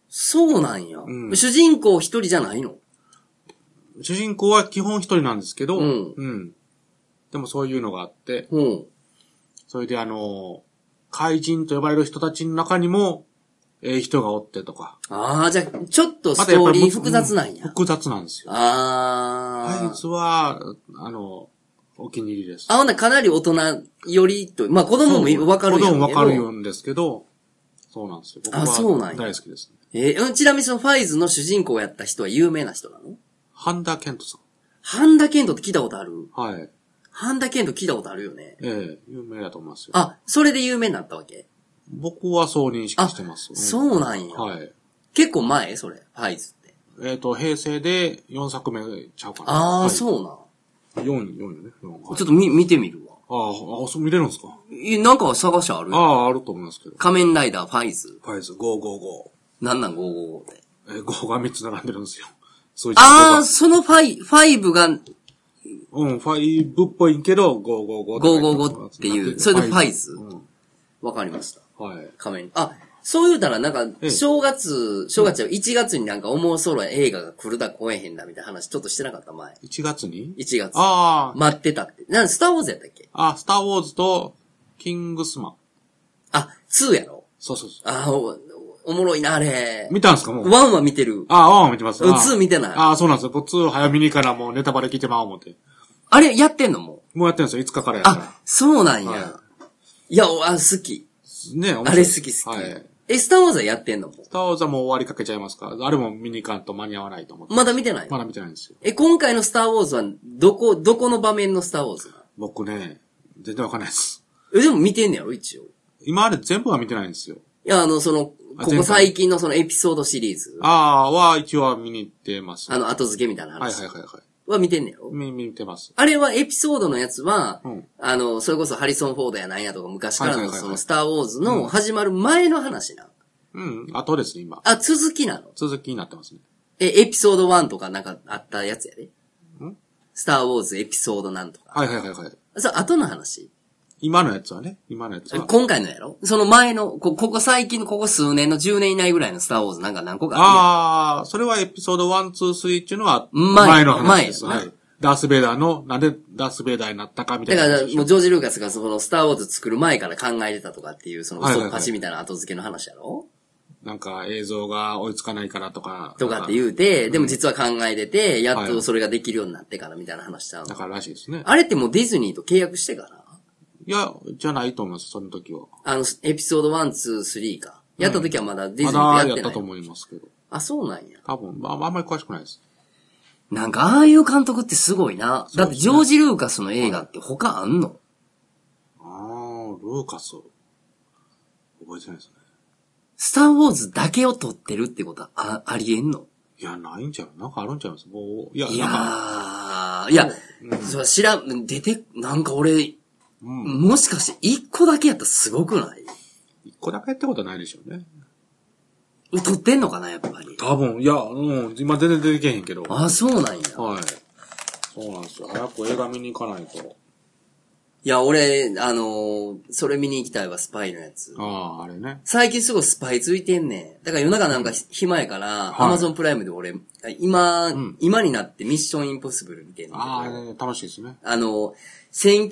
[SPEAKER 1] そうなんや。
[SPEAKER 2] うん
[SPEAKER 1] 主人公一人じゃないの
[SPEAKER 2] 主人公は基本一人なんですけど、
[SPEAKER 1] うん
[SPEAKER 2] でもそういうのがあって、
[SPEAKER 1] うん。
[SPEAKER 2] それであの、怪人と呼ばれる人たちの中にも、ええ人がおってとか。
[SPEAKER 1] ああ、じゃあ、ちょっとス
[SPEAKER 2] ま
[SPEAKER 1] ト
[SPEAKER 2] たやっぱ
[SPEAKER 1] ー
[SPEAKER 2] り
[SPEAKER 1] リー複雑なんや。
[SPEAKER 2] うん複雑なんですよ。あ
[SPEAKER 1] あ
[SPEAKER 2] い
[SPEAKER 1] あ。
[SPEAKER 2] つは、あの、お気に入りです。
[SPEAKER 1] あ、ほんならかなり大人よりと、まあ子
[SPEAKER 2] 子
[SPEAKER 1] 供もわかるんや
[SPEAKER 2] 子
[SPEAKER 1] ろうけ
[SPEAKER 2] 供も
[SPEAKER 1] ど
[SPEAKER 2] わかるんですけど、そうなんですよ。僕
[SPEAKER 1] あそうな
[SPEAKER 2] は
[SPEAKER 1] んや
[SPEAKER 2] 大好きですね。
[SPEAKER 1] えーうんちなみにそのファイズの主人公やった人は有名な人なの
[SPEAKER 2] ハンダケントさん。
[SPEAKER 1] ハンダケントって聞いたことある
[SPEAKER 2] はい。
[SPEAKER 1] ハンダケント聞いたことあるよね。
[SPEAKER 2] ええ有名だと思いますよ。
[SPEAKER 1] あ、それで有名になったわけ
[SPEAKER 2] 僕はそう認識してます。うん
[SPEAKER 1] そうなんや。
[SPEAKER 2] はい。
[SPEAKER 1] 結構前それ、ファイズって。
[SPEAKER 2] えっ、と、平成で4作目ちゃうかな。
[SPEAKER 1] ああ、
[SPEAKER 2] はい、
[SPEAKER 1] そうなん。
[SPEAKER 2] う。4、4よね。4はい
[SPEAKER 1] ちょっとみ、見てみるわ。
[SPEAKER 2] あーあ、そう見れるんですか
[SPEAKER 1] え、なんか探しある
[SPEAKER 2] ああ、あると思いますけど。
[SPEAKER 1] 仮面ライダー、ファイズ。
[SPEAKER 2] ファイズ、555。
[SPEAKER 1] なんなん555って。
[SPEAKER 2] えー、5が3つ並んでるんですよ。数字
[SPEAKER 1] ああ、そのファイ、ファイブが
[SPEAKER 2] うん、ファイブっぽいけど、555。
[SPEAKER 1] 555っていうそれでファイズ
[SPEAKER 2] うん
[SPEAKER 1] わかりました。
[SPEAKER 2] はい。
[SPEAKER 1] 仮面。あ、そう言うたらなん
[SPEAKER 2] え
[SPEAKER 1] か、
[SPEAKER 2] え
[SPEAKER 1] 正月、正月じゃない1月になんか思うそろ映画が来るだ来えへんだみたいな話ちょっとしてなかった前。
[SPEAKER 2] 1月に
[SPEAKER 1] 1月。
[SPEAKER 2] ああ、
[SPEAKER 1] 待ってたって。なんスターウォーズやったっけ
[SPEAKER 2] あ、スターウォーズと、キングスマン。
[SPEAKER 1] あ、2やろ
[SPEAKER 2] そうそうそ
[SPEAKER 1] あーお、おもろいな、あれ
[SPEAKER 2] う。。見たんですかもう。
[SPEAKER 1] 1は見てる。
[SPEAKER 2] ああ、ああ、見てます。
[SPEAKER 1] うん
[SPEAKER 2] ああ
[SPEAKER 1] 2見てない
[SPEAKER 2] ああ、そうなんですよ。僕2早めにからもうネタバレ聞いてまおう思って。
[SPEAKER 1] あれ、やってんのもう。
[SPEAKER 2] もうやってるんですよ。5日からやから。
[SPEAKER 1] あ、そうなんや。、
[SPEAKER 2] はい
[SPEAKER 1] や、おあ、好き。
[SPEAKER 2] ね、面白
[SPEAKER 1] あ
[SPEAKER 2] い
[SPEAKER 1] れ好き好き。
[SPEAKER 2] はい。
[SPEAKER 1] え、スターウォーズはやってんのも
[SPEAKER 2] スターウォーズはもう終わりかけちゃいますから、あれも見に行かんと間に合わないと思って。
[SPEAKER 1] まだ見てない、
[SPEAKER 2] まだ見てないんですよ。
[SPEAKER 1] え、今回のスターウォーズは、どこ、どこの場面のスターウォーズなの
[SPEAKER 2] 僕ね、全然わかんないです。
[SPEAKER 1] え、でも見てんねやろ、一応。い
[SPEAKER 2] 今まで全部は見てないんですよ。
[SPEAKER 1] や、あの、その、
[SPEAKER 2] あ
[SPEAKER 1] こ
[SPEAKER 2] 前
[SPEAKER 1] こ
[SPEAKER 2] 回
[SPEAKER 1] 最近のそのエピソードシリーズ。あ
[SPEAKER 2] ああ、は一応は見に行ってます。はい
[SPEAKER 1] の、後付けみたいな
[SPEAKER 2] はい
[SPEAKER 1] 話
[SPEAKER 2] はいは
[SPEAKER 1] は見てんねやろ、
[SPEAKER 2] い。見、見てます。
[SPEAKER 1] あれはエピソードのやつは、
[SPEAKER 2] うん
[SPEAKER 1] あの、それこそハリソン・フォードやなんやとか昔から
[SPEAKER 2] はい
[SPEAKER 1] の
[SPEAKER 2] はいはいはい
[SPEAKER 1] そのスターウォーズの始まる前の話な。
[SPEAKER 2] うん、あとですね、今。
[SPEAKER 1] あ、続きなの
[SPEAKER 2] 続きになってますね。
[SPEAKER 1] え、エピソード1とかなんかあったやつやで。
[SPEAKER 2] ん
[SPEAKER 1] スターウォーズエピソードなんとか。
[SPEAKER 2] はいはいはいはい。
[SPEAKER 1] それ後の話
[SPEAKER 2] 今のやつはね、今のやつは。
[SPEAKER 1] 今回のやろその前の、こ、ここ最近のここ数年の10年以内ぐらいのスターウォーズなんか何個かあ
[SPEAKER 2] ああ、それはエピソード1、2、3っていうのは、
[SPEAKER 1] 前
[SPEAKER 2] 前の話です。
[SPEAKER 1] 前
[SPEAKER 2] はい。ダース・ベイダーの、なんでダース・ベイダーになったかみた
[SPEAKER 1] る
[SPEAKER 2] いな
[SPEAKER 1] やん。だ
[SPEAKER 2] 話
[SPEAKER 1] から、
[SPEAKER 2] でしょ。
[SPEAKER 1] もうジョージ・ルーカスがそのスターウォーズ作る前から考えてたとかっていう、その
[SPEAKER 2] はいはいは
[SPEAKER 1] 嘘
[SPEAKER 2] い
[SPEAKER 1] っぱちみたいな後付けの話やろ
[SPEAKER 2] なんか映像が追いつかないからとか。
[SPEAKER 1] とかって
[SPEAKER 2] う。
[SPEAKER 1] 言うて、でも実は考えてて、やっ
[SPEAKER 2] はいは
[SPEAKER 1] と
[SPEAKER 2] い
[SPEAKER 1] それができるようになってからみたいな話したの
[SPEAKER 2] だ。かららしいですね。
[SPEAKER 1] あれってもうディズニーと契約してから
[SPEAKER 2] いや、じゃないと思います、その時は。
[SPEAKER 1] あの、エピソード1、2、3か。やった時はまだディ
[SPEAKER 2] ま
[SPEAKER 1] ズニー
[SPEAKER 2] だ
[SPEAKER 1] とや
[SPEAKER 2] や
[SPEAKER 1] っ
[SPEAKER 2] って
[SPEAKER 1] な
[SPEAKER 2] た
[SPEAKER 1] い
[SPEAKER 2] と。思いますけど。
[SPEAKER 1] あ、そうなんや。
[SPEAKER 2] 多分、まあ、あんまり詳しくないです。
[SPEAKER 1] なんか、ああいう監督ってすごいな。だって、ジョージ・ルーカスの映画って他あんの
[SPEAKER 2] あー、ルーカス。覚えてないですね。
[SPEAKER 1] スター・ウォーズだけを撮ってるってことはあありえんの
[SPEAKER 2] いや、ないんちゃうなんかあるんちゃいますもう、いや、
[SPEAKER 1] い
[SPEAKER 2] なんか、
[SPEAKER 1] やー、いや、それ知らん、出て、なんか俺、
[SPEAKER 2] うん。
[SPEAKER 1] もしかして一個だけやったらすごくない
[SPEAKER 2] 一個だけやったことはないでしょうね。
[SPEAKER 1] 撮ってんのかな、やっぱり。
[SPEAKER 2] 多分、いや、うん、今全然出てけへんけど。はい。
[SPEAKER 1] あ、そうなんや。
[SPEAKER 2] そうなんですよ。早く映画見に行かないと。
[SPEAKER 1] いや、俺、あのーそれ見に行きたいわ、スパイのやつ。
[SPEAKER 2] ああ、あれね。
[SPEAKER 1] 最近すごいスパイついてんねん。だから夜中なんか暇やから、ア
[SPEAKER 2] はい
[SPEAKER 1] マゾンプライムで俺、今、
[SPEAKER 2] ん
[SPEAKER 1] 今になってミッションインポッシブル見てんねんけど。
[SPEAKER 2] ああ、ね楽しいですね。
[SPEAKER 1] あの、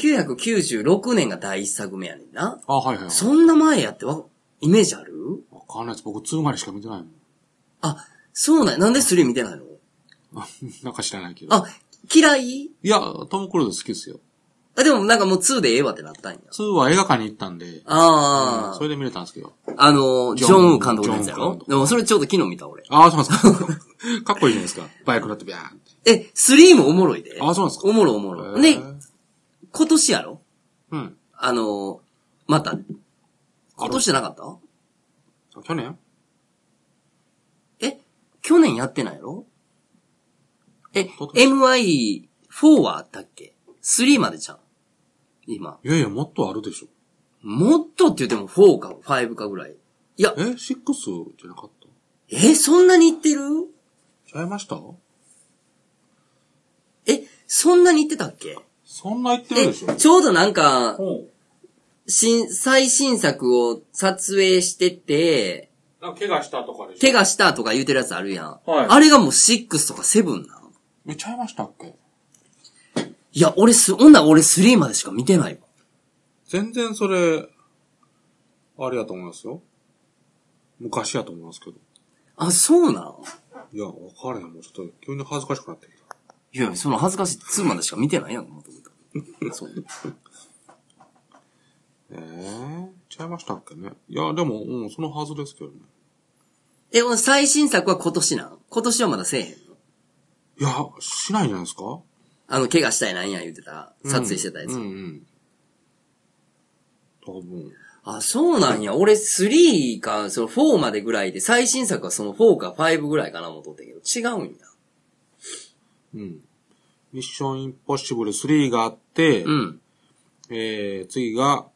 [SPEAKER 1] 1996年が第一作目やねんな。
[SPEAKER 2] あはいはいはい。
[SPEAKER 1] そんな前やってわ、イメージある
[SPEAKER 2] わかんないです。僕、2までしか見てない もん。
[SPEAKER 1] あ、そうなんや。なんで3見てないの
[SPEAKER 2] なんか知らないけど。
[SPEAKER 1] あ、嫌い
[SPEAKER 2] いや、トム・クルーズ好きですよ。
[SPEAKER 1] あ、でもなんかもう2でええわってなったんや。
[SPEAKER 2] 2は映画館に行ったんで、
[SPEAKER 1] あ
[SPEAKER 2] そ
[SPEAKER 1] あ、
[SPEAKER 2] れで見れたんですけど。
[SPEAKER 1] あの、ジ
[SPEAKER 2] ジ
[SPEAKER 1] ョ
[SPEAKER 2] ョ
[SPEAKER 1] ン
[SPEAKER 2] ン
[SPEAKER 1] ウ監督のやつや
[SPEAKER 2] ジョン
[SPEAKER 1] ろ
[SPEAKER 2] ウ監督
[SPEAKER 1] でもそれちょっと昨日見た俺。
[SPEAKER 2] ああ、そうなんですか。かっ こいいじゃないですか。バイク乗ってビャーンって。
[SPEAKER 1] え、3もおもろいで。
[SPEAKER 2] あそうなんですか
[SPEAKER 1] おもろいおもろい。
[SPEAKER 2] へ
[SPEAKER 1] で
[SPEAKER 2] ー、
[SPEAKER 1] 今年やろ
[SPEAKER 2] うん。
[SPEAKER 1] あの、また、今年じゃなかった
[SPEAKER 2] あ去年
[SPEAKER 1] え去年やってないやろえ、
[SPEAKER 2] 今年
[SPEAKER 1] MI4 はあったっけ ?3 までじゃん。今。
[SPEAKER 2] いやいや、もっとあるでしょ。
[SPEAKER 1] もっとって言っても4か5かぐらい。いや
[SPEAKER 2] え、?6 じゃなかった
[SPEAKER 1] え、そんなに言ってる
[SPEAKER 2] ちゃいました
[SPEAKER 1] え、そんなに言ってたっけ
[SPEAKER 2] そんな言ってる
[SPEAKER 1] え、
[SPEAKER 2] でしょ
[SPEAKER 1] ちょうどなんか、
[SPEAKER 2] うん。
[SPEAKER 1] 新、最新作を撮影してて、
[SPEAKER 2] なんか怪我したとかでしょ
[SPEAKER 1] 怪我したとか言うてるやつあるやん。
[SPEAKER 2] はい
[SPEAKER 1] あれがもう6とか7なの
[SPEAKER 2] 見ちゃいましたっけ
[SPEAKER 1] いや、俺す、女俺3までしか見てないわ。
[SPEAKER 2] 全然それ、あれやと思いますよ。昔やと思いますけど。
[SPEAKER 1] あ、そうなの
[SPEAKER 2] いや、わからへん。もうちょっと急に恥ずかしくなってきた。
[SPEAKER 1] いや、その恥ずかしい2までしか見てないやん、もとも とそう。
[SPEAKER 2] ええちゃいましたっけね。いや、でも、うん、そのはずですけどね。
[SPEAKER 1] え、もう最新作は今年なん今年はまだせえへんの
[SPEAKER 2] いや、しないんじゃないですか
[SPEAKER 1] あの、怪我したいなんや言うてた、撮影してたやつ。
[SPEAKER 2] うん、うん、うん。多分。
[SPEAKER 1] あ、そうなんや。俺3か、その4までぐらいで、最新作はその4か5ぐらいかな思っとってんけど、違うんや。
[SPEAKER 2] うん。ミッションインポッシブル3があって、
[SPEAKER 1] うん。
[SPEAKER 2] えー、次が、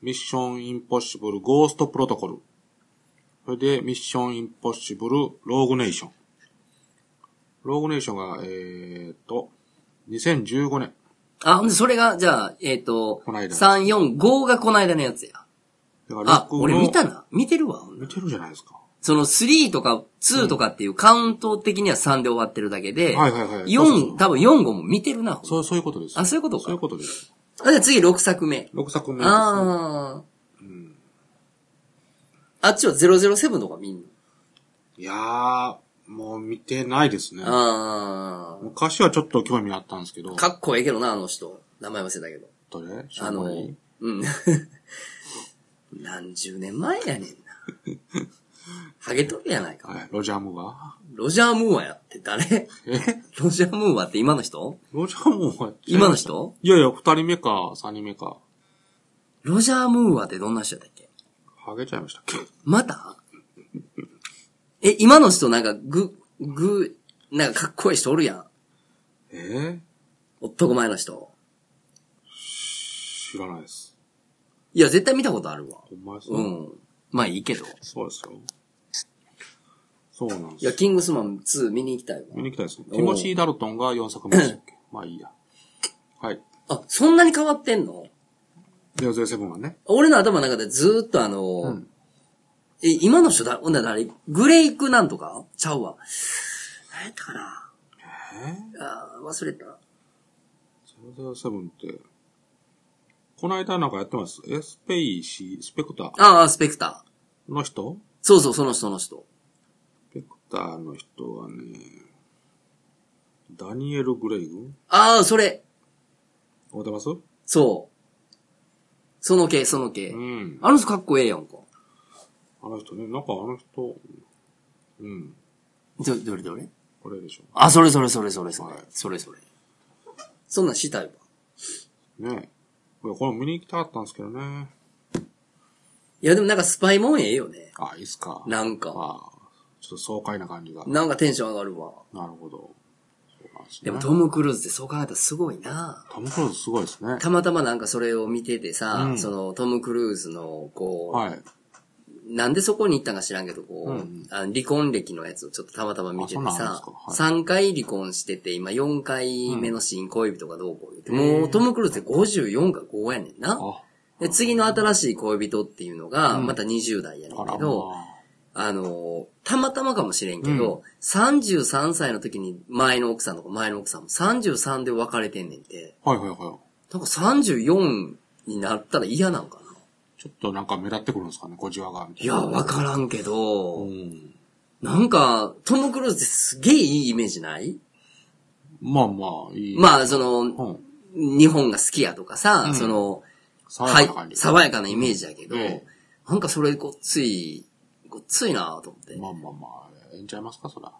[SPEAKER 2] ミッションインポッシブルゴーストプロトコル。それで、ミッションインポッシブルローグネーション。ローグネーションが、えーっと、2015年。
[SPEAKER 1] あ、ほんで、それが、じゃあ、えっ、と、
[SPEAKER 2] こないだ
[SPEAKER 1] 3、4、5がこの間のやつや。
[SPEAKER 2] だから
[SPEAKER 1] あ、
[SPEAKER 2] ロックの
[SPEAKER 1] 俺見たな。見てるわ。ほんな
[SPEAKER 2] 見
[SPEAKER 1] ら
[SPEAKER 2] てるじゃないですか。
[SPEAKER 1] その3とか2とかっていうカウント的には3で終わってるだけで、
[SPEAKER 2] はいはいはいそうそうそ
[SPEAKER 1] 4、
[SPEAKER 2] う
[SPEAKER 1] 多分4、5も見てるな。ほん
[SPEAKER 2] そう、そういうことです。
[SPEAKER 1] あそういうことか
[SPEAKER 2] そういうことです。
[SPEAKER 1] あじゃあ次6作目。
[SPEAKER 2] 6作目です、ね。
[SPEAKER 1] ああ。あっちは007とか見んの
[SPEAKER 2] いやー、もう見てないですね。
[SPEAKER 1] あ
[SPEAKER 2] 昔はちょっと興味あったんですけど
[SPEAKER 1] あ。。かっこええけどな、あの人。名前忘れたけど。
[SPEAKER 2] どれ
[SPEAKER 1] あ
[SPEAKER 2] ショー
[SPEAKER 1] の
[SPEAKER 2] ンコネリ、
[SPEAKER 1] うん。 何十年前やねんな。ハゲとるやないか。
[SPEAKER 2] ーはい、ロジャー・ムーア
[SPEAKER 1] ロジャー・ムーアやって誰
[SPEAKER 2] え
[SPEAKER 1] ロジャー・ムーアって今の人
[SPEAKER 2] ロジャー・ムーア
[SPEAKER 1] 今の人
[SPEAKER 2] いやいや、二人目か、三人目か。
[SPEAKER 1] ロジャー・ムーアってどんな人だっけ
[SPEAKER 2] ハゲちゃいましたっけ
[SPEAKER 1] またえ、今の人なんか、ぐ、ぐ、なんかかっこいい人おるやん。
[SPEAKER 2] えー、
[SPEAKER 1] 男前の人。
[SPEAKER 2] 知らないです。
[SPEAKER 1] いや、絶対見たことあるわ。
[SPEAKER 2] ほんまです
[SPEAKER 1] う
[SPEAKER 2] ね。
[SPEAKER 1] ん。まあいいけど。
[SPEAKER 2] そうですよ。そうなん
[SPEAKER 1] い
[SPEAKER 2] で
[SPEAKER 1] や、
[SPEAKER 2] す。
[SPEAKER 1] キングスマン2見に行きたいわ。
[SPEAKER 2] 見に行きたいですね。ティモシー・ダルトンが4作目でしたっ けまあいいや。はい。
[SPEAKER 1] あ、そんなに変わってんの
[SPEAKER 2] で、07はね。
[SPEAKER 1] 俺の頭の中でずーっとあのー、
[SPEAKER 2] ん
[SPEAKER 1] え、今の人だ、ほんならあれ、グレイクなんとかちゃうわ。何やったかな
[SPEAKER 2] え
[SPEAKER 1] あー忘れた。
[SPEAKER 2] ー、?007 って、この間なんかやってます。エスペイシー、スペクター
[SPEAKER 1] ああ、スペクター。
[SPEAKER 2] の人
[SPEAKER 1] そうそう、その人、その人。
[SPEAKER 2] スペクターの人はね、ダニエル・グレイグ
[SPEAKER 1] ああ、それ。
[SPEAKER 2] 覚えてます
[SPEAKER 1] そう。その系、その系。
[SPEAKER 2] うん。
[SPEAKER 1] あの人かっこええやんか。
[SPEAKER 2] あの人ね、なんかあの人、うん、
[SPEAKER 1] ど、どれどれ
[SPEAKER 2] これでしょ
[SPEAKER 1] あ、それそれそれそれそれ
[SPEAKER 2] はい。
[SPEAKER 1] それそれ。そんなんしたいわ。
[SPEAKER 2] う。ねいやこれ見に行きたかったんですけどね。
[SPEAKER 1] いや、でもなんかスパイもんええよね。
[SPEAKER 2] あ、いいっすか。
[SPEAKER 1] なん
[SPEAKER 2] あ
[SPEAKER 1] か。
[SPEAKER 2] ちょっと爽快な感じが。な
[SPEAKER 1] なんかテンション上がるわ。
[SPEAKER 2] るほど。そうなんです
[SPEAKER 1] で
[SPEAKER 2] ね。
[SPEAKER 1] もトム・クルーズってそう考えたらすごいな
[SPEAKER 2] トム・クルーズすごいですね。
[SPEAKER 1] たまたまなんかそれを見ててさ、
[SPEAKER 2] うん
[SPEAKER 1] そのトム・クルーズの、こう、
[SPEAKER 2] はい。
[SPEAKER 1] なんでそこに行ったんか知らんけど、こう、
[SPEAKER 2] うん
[SPEAKER 1] あの離婚歴のやつをちょっとたまたま見てて
[SPEAKER 2] あそうなんで
[SPEAKER 1] さ
[SPEAKER 2] すか、はい
[SPEAKER 1] 三3回離婚してて、今4回目の新恋人がどうこう言って、
[SPEAKER 2] うん
[SPEAKER 1] もうトム・クルーズって54か5やねんな。
[SPEAKER 2] あ、
[SPEAKER 1] で、次の新しい恋人っていうのが、
[SPEAKER 2] うん
[SPEAKER 1] また20代やね
[SPEAKER 2] あ
[SPEAKER 1] ん
[SPEAKER 2] ら
[SPEAKER 1] け
[SPEAKER 2] ま
[SPEAKER 1] ど、あの、たまたまかもしれんけど、33歳の時に前の奥さんとか前の奥さんも33で別れてんねんて、
[SPEAKER 2] あ。はいはいは
[SPEAKER 1] なんか34になったら嫌なんかな。
[SPEAKER 2] い。ちょっとなんか目立ってくるんですかね、ゴジワが。
[SPEAKER 1] いや、わからんけど、
[SPEAKER 2] うん。
[SPEAKER 1] なんか、トム・クルーズってすげえいいイメージない
[SPEAKER 2] まあまあ、いい。あ、
[SPEAKER 1] まあ、その、
[SPEAKER 2] うん。
[SPEAKER 1] 日本が好きやとかさ、
[SPEAKER 2] うん
[SPEAKER 1] その、
[SPEAKER 2] 爽
[SPEAKER 1] は
[SPEAKER 2] や
[SPEAKER 1] い
[SPEAKER 2] かな感、じ。
[SPEAKER 1] 爽やかなイメージやけど、
[SPEAKER 2] うんえ
[SPEAKER 1] なんかそれごっつい、ごっついなと思って。
[SPEAKER 2] まあまあまあ、ええんちゃいますか、そら。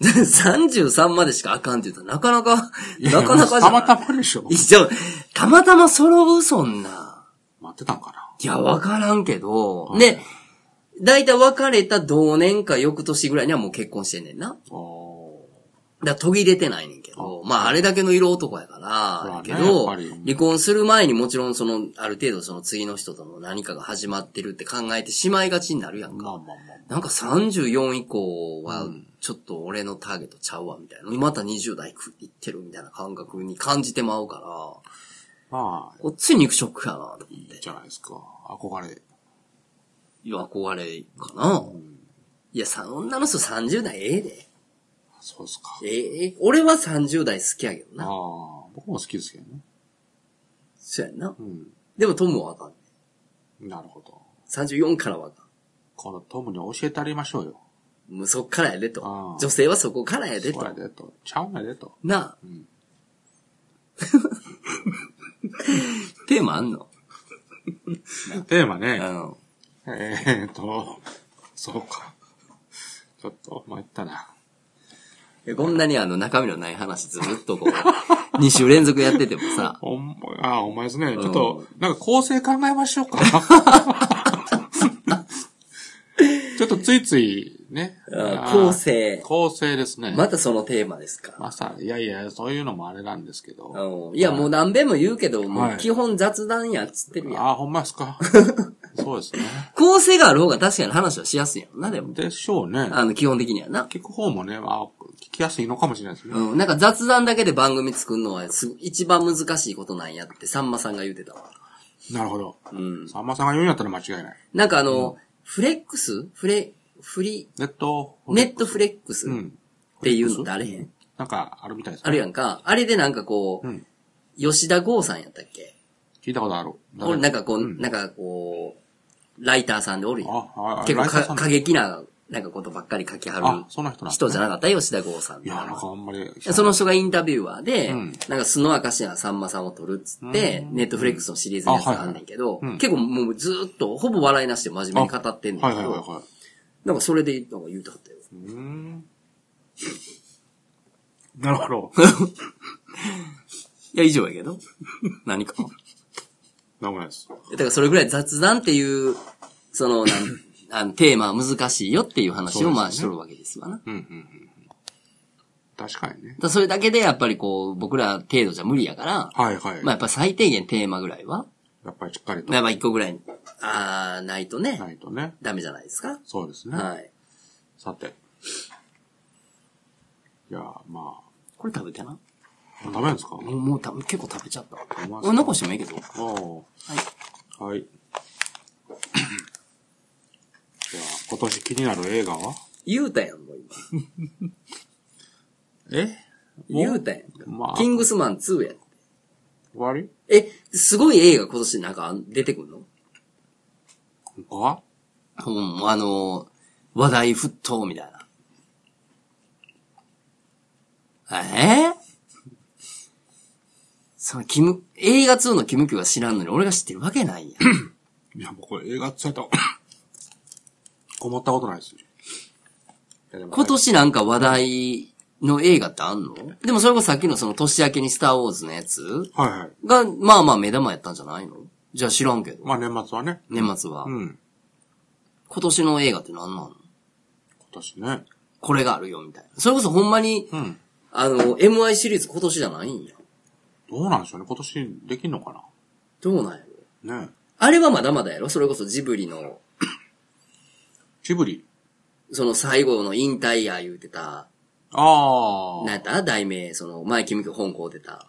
[SPEAKER 1] 33までしかあかんって言ったら、なかなか、
[SPEAKER 2] いや
[SPEAKER 1] なかなかじゃな
[SPEAKER 2] たま
[SPEAKER 1] い。
[SPEAKER 2] たまでしょ。
[SPEAKER 1] いやたまたま揃う、そんな。
[SPEAKER 2] 待ってたんかな。
[SPEAKER 1] いや、わからんけど
[SPEAKER 2] う、ん
[SPEAKER 1] で、だいたい別れた同年か翌年ぐらいにはもう結婚してんねんな。
[SPEAKER 2] お
[SPEAKER 1] だから途切れてないねんけど、まああれだけの色男やから、だ
[SPEAKER 2] まあね
[SPEAKER 1] けど、
[SPEAKER 2] やっぱり
[SPEAKER 1] 離婚する前にもちろんその、ある程度その次の人との何かが始まってるって考えてしまいがちになるやん
[SPEAKER 2] まあまあ
[SPEAKER 1] か。
[SPEAKER 2] まあまあ。
[SPEAKER 1] なんか34以降は
[SPEAKER 2] うん、
[SPEAKER 1] ちょっと俺のターゲットちゃうわ、みたいな。また20代いくいってるみたいな感覚に感じてまうから、
[SPEAKER 2] まあ、
[SPEAKER 1] こっち肉食やなと。
[SPEAKER 2] いいじゃないですか。憧れ。
[SPEAKER 1] いや、憧れかな。いや、さ、女の人30代ええで。
[SPEAKER 2] そうですか。
[SPEAKER 1] ええ俺は30代好きやけど
[SPEAKER 2] あ
[SPEAKER 1] な。、
[SPEAKER 2] あ僕も好きですけどね。
[SPEAKER 1] そうやんな
[SPEAKER 2] う。ん。
[SPEAKER 1] でもトムはあかん。
[SPEAKER 2] なるほど。
[SPEAKER 1] 34からはあかん。
[SPEAKER 2] このトムに教えてあげましょうよ。
[SPEAKER 1] もうそっからやでと
[SPEAKER 2] あ。ー
[SPEAKER 1] 女性はそこからやで
[SPEAKER 2] そう
[SPEAKER 1] と
[SPEAKER 2] や。でと。ちゃうや でと。
[SPEAKER 1] なあ。
[SPEAKER 2] ん
[SPEAKER 1] テーマあんの
[SPEAKER 2] テーマ
[SPEAKER 1] う
[SPEAKER 2] ね。
[SPEAKER 1] ん。
[SPEAKER 2] えーっと、そうか。ちょっと、参ったな。
[SPEAKER 1] いやこんなにあの中身のない話ずっとこう、2週 連続やっててもさ、
[SPEAKER 2] おん、あー、お前ですね。
[SPEAKER 1] うん
[SPEAKER 2] ちょっと、なんか構成考えましょう か。ちょっとついついね。
[SPEAKER 1] あ
[SPEAKER 2] あー
[SPEAKER 1] 構。成。
[SPEAKER 2] 構成ですね。
[SPEAKER 1] またそのテーマですか。
[SPEAKER 2] まさ、いやいや、そういうのもあれなんですけど。
[SPEAKER 1] うんいや、もう何べんも言うけど、も
[SPEAKER 2] は
[SPEAKER 1] う
[SPEAKER 2] い
[SPEAKER 1] 基本雑談やっつってるやん。
[SPEAKER 2] あー、ほんまです か。そうですね。
[SPEAKER 1] 構成がある方が確かに話はしやすいやんな、でも。
[SPEAKER 2] でしょうね。
[SPEAKER 1] あの、基本的にはな。
[SPEAKER 2] 聞く方もね、あー聞きやすいのかもしれないですね。
[SPEAKER 1] うん。なんか雑談だけで番組作るのはすご、一番難しいことなんやって、さんまさんが言うてたわ。
[SPEAKER 2] なるほど。
[SPEAKER 1] うん。
[SPEAKER 2] さんまさんが言うんやったら間違いない。
[SPEAKER 1] なんかあの、フレックスフレ、フリ、
[SPEAKER 2] ネット、
[SPEAKER 1] ネットフレックス
[SPEAKER 2] う
[SPEAKER 1] っ
[SPEAKER 2] ん。
[SPEAKER 1] ていうのってあれへん
[SPEAKER 2] なんか、あるみたいですね。
[SPEAKER 1] あるやんか。あれでなんかこう、
[SPEAKER 2] うん。
[SPEAKER 1] 吉田剛さんやったっけ
[SPEAKER 2] 聞いたことある。
[SPEAKER 1] 俺なんかこう、
[SPEAKER 2] うん
[SPEAKER 1] なんかこう、ライターさんでおるやん。
[SPEAKER 2] あ、はい、
[SPEAKER 1] 結構
[SPEAKER 2] ライターさ
[SPEAKER 1] か
[SPEAKER 2] ん
[SPEAKER 1] 過激な、なんかことばっかり書きは
[SPEAKER 2] あ
[SPEAKER 1] る、
[SPEAKER 2] そんな人なんです
[SPEAKER 1] 人
[SPEAKER 2] ね
[SPEAKER 1] じゃなかった吉田剛さん
[SPEAKER 2] いや、なんかあんまり。
[SPEAKER 1] その人がインタビュアーで、
[SPEAKER 2] うん
[SPEAKER 1] なんか素の証やさんまさんを撮るっつって、
[SPEAKER 2] うん
[SPEAKER 1] ネットフレックスのシリーズのやつがあんねんけど、
[SPEAKER 2] あはいはいうん
[SPEAKER 1] 結構もうずーっと、ほぼ笑いなしで真面目に語ってんねん
[SPEAKER 2] はい
[SPEAKER 1] け
[SPEAKER 2] はいはい
[SPEAKER 1] ど、
[SPEAKER 2] は
[SPEAKER 1] なんかそれでなんか言うてはったよ。
[SPEAKER 2] い。うーん。なるほど。
[SPEAKER 1] いや、以上や けど。何か。
[SPEAKER 2] なんもないです。
[SPEAKER 1] だからそれぐらい雑談っていう、その、 なんあのテーマは難しいよっていう話をまあしとるわけですわな。
[SPEAKER 2] うんうんうん。確かにね。
[SPEAKER 1] だからそれだけでやっぱりこう、僕ら程度じゃ無理やから、
[SPEAKER 2] はいはい。
[SPEAKER 1] まあやっぱ最低限テーマぐらいは、
[SPEAKER 2] やっぱりしっかりと。
[SPEAKER 1] まあまあ一個ぐらい、あー、ないとね、
[SPEAKER 2] ないとね。
[SPEAKER 1] ダメじゃないですか。
[SPEAKER 2] そうですね。
[SPEAKER 1] はい。
[SPEAKER 2] さて。いや、ま
[SPEAKER 1] これ食べてな。
[SPEAKER 2] あ、ダメなんですか、
[SPEAKER 1] もう、もうた結構食べちゃったわ。
[SPEAKER 2] まっす
[SPEAKER 1] 俺残してもいいけど。
[SPEAKER 2] おはい。はい。 じゃあ、今年気になる映画は
[SPEAKER 1] 言うたやん、もう今。
[SPEAKER 2] え
[SPEAKER 1] 言うたやん。
[SPEAKER 2] まあ
[SPEAKER 1] キングスマン2やん。
[SPEAKER 2] 終わり
[SPEAKER 1] え、すごい映画今年なんか出てくんの
[SPEAKER 2] 他は
[SPEAKER 1] うん、あのー話題沸騰みたいな。えー、その、キム、映画2のキムキューは知らんのに俺が知ってるわけないやん。
[SPEAKER 2] いや、もうこれ映画つやと、 思ったことないですよ。いやでも
[SPEAKER 1] 今年なんか話題の映画ってあんのでもそれこそさっきのその年明けにスターウォーズのやつ
[SPEAKER 2] はいはい。
[SPEAKER 1] が、まあまあ目玉やったんじゃないのじゃあ知らんけど。
[SPEAKER 2] まあ年末はね。
[SPEAKER 1] 年末は。
[SPEAKER 2] うん。
[SPEAKER 1] 今年の映画って何なの
[SPEAKER 2] 今年ね。
[SPEAKER 1] これがあるよみたいな。それこそほんまに、
[SPEAKER 2] うん。
[SPEAKER 1] あの、MI シリーズ今年じゃないんや。
[SPEAKER 2] どうなんでしょうね。今年できんのか
[SPEAKER 1] どうなんやろ
[SPEAKER 2] なね
[SPEAKER 1] あれはまだまだやろそれこそジブリの、
[SPEAKER 2] ジブリ。
[SPEAKER 1] その最後の引退や言うてた、
[SPEAKER 2] あ
[SPEAKER 1] なんや
[SPEAKER 2] あ。
[SPEAKER 1] った題名、その、前君今日香港出た、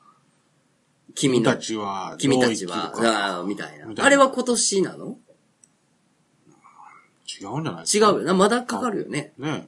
[SPEAKER 1] 君
[SPEAKER 2] 君
[SPEAKER 1] の
[SPEAKER 2] た、ちは、
[SPEAKER 1] 君たちは
[SPEAKER 2] どう生きる、か
[SPEAKER 1] ああみたいな
[SPEAKER 2] み。たいな
[SPEAKER 1] あれは今年なの
[SPEAKER 2] 違うんじゃないです
[SPEAKER 1] 違う
[SPEAKER 2] か
[SPEAKER 1] よな。まだかかるよね。
[SPEAKER 2] ね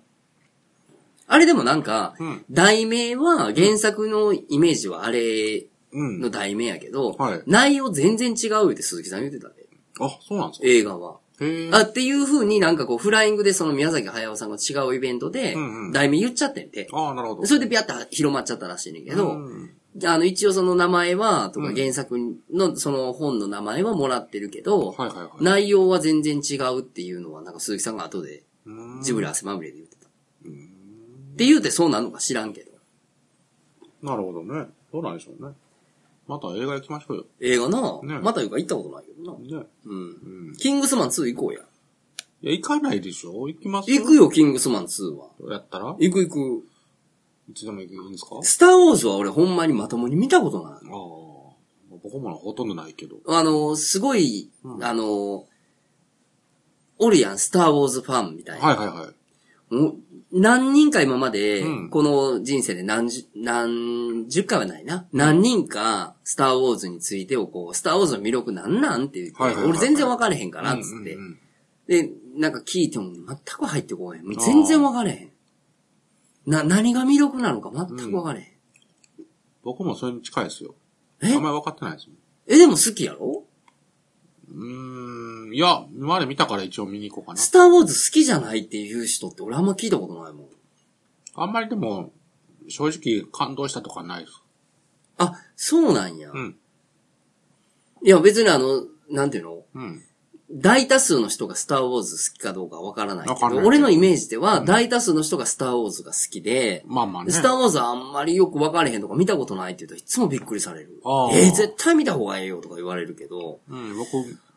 [SPEAKER 1] あれでもなんか、
[SPEAKER 2] うん
[SPEAKER 1] 題名は、原作のイメージはあれ
[SPEAKER 2] うん
[SPEAKER 1] の。題名やけど、
[SPEAKER 2] はい
[SPEAKER 1] 内容全然違うって鈴木さん言ってたで、
[SPEAKER 2] あ、そうなんですか
[SPEAKER 1] 映画は。
[SPEAKER 2] へえ。
[SPEAKER 1] あっていう風になんかこう、フライングでその宮崎駿さんが違うイベントで
[SPEAKER 2] うんう、ん
[SPEAKER 1] 題名言っちゃってんて。
[SPEAKER 2] ああ、なるほど。
[SPEAKER 1] それでビャッと広まっちゃったらしいねんけど、
[SPEAKER 2] うん
[SPEAKER 1] あの、一応その名前は、と
[SPEAKER 2] う
[SPEAKER 1] か
[SPEAKER 2] ん
[SPEAKER 1] 原作のその本の名前はもらってるけど、
[SPEAKER 2] はいはいはい。
[SPEAKER 1] 内容は全然違うっていうのは、なんか鈴木さんが後で、
[SPEAKER 2] うん
[SPEAKER 1] ジブリ汗まみれで言ってた。って言うてそうなのか知らんけど。
[SPEAKER 2] なるほどね。どうなんでしょうね。また映画行きましょうよ。
[SPEAKER 1] 映画な、
[SPEAKER 2] ね
[SPEAKER 1] また言うか行ったことないけどな。
[SPEAKER 2] ね。
[SPEAKER 1] うん。
[SPEAKER 2] うん。
[SPEAKER 1] キングスマン2行こうや。
[SPEAKER 2] いや、行かないでしょ行きます
[SPEAKER 1] 行くよ、キングスマン2は。
[SPEAKER 2] やったら
[SPEAKER 1] 行く行く。
[SPEAKER 2] いつでも行くんですかあ
[SPEAKER 1] スターウォーズは俺ほんまにまともに見たことない。
[SPEAKER 2] あ。僕もほとんどないけど。
[SPEAKER 1] あの、すごい、
[SPEAKER 2] うん
[SPEAKER 1] あの、おるやん、スターウォーズファンみたいな。
[SPEAKER 2] はいはいはい。
[SPEAKER 1] もう何人か今まで
[SPEAKER 2] うん、
[SPEAKER 1] この人生で何十、何十回はないな。何人か、スターウォーズについてをこう、スターウォーズの魅力なんなんって言って、
[SPEAKER 2] はいはいはいはい
[SPEAKER 1] 俺全然分かれへんから、つって
[SPEAKER 2] うんうんうん
[SPEAKER 1] で、なんか聞いても全く入ってこへん。もう全然分かれへん。な、何が魅力なのか全く分かれへん。
[SPEAKER 2] 僕もそれに近いですよ。あ
[SPEAKER 1] え
[SPEAKER 2] んまり分かってないですもん。
[SPEAKER 1] え、でも好きやろ
[SPEAKER 2] うーん、いや、今まで見たから一応見に行こうかな
[SPEAKER 1] ス。ターウォーズ好きじゃないっていう人って俺あんま聞いたことないもん。
[SPEAKER 2] あんまりでも、正直感動したとかないです。
[SPEAKER 1] あ、そうなんや。
[SPEAKER 2] うん、
[SPEAKER 1] いや、別にあの、なんていうの
[SPEAKER 2] うん。
[SPEAKER 1] 大多数の人がスターウォーズ好きかどうかわからないけ
[SPEAKER 2] わかんない
[SPEAKER 1] ど、俺のイメージでは大多数の人がスターウォーズが好きで、
[SPEAKER 2] まあまあね。
[SPEAKER 1] スターウォーズあんまりよく分かれへんとか見たことないって言うといつもびっくりされる
[SPEAKER 2] あ。ー
[SPEAKER 1] えー絶対見た方がええよとか言われるけど、
[SPEAKER 2] うん、僕、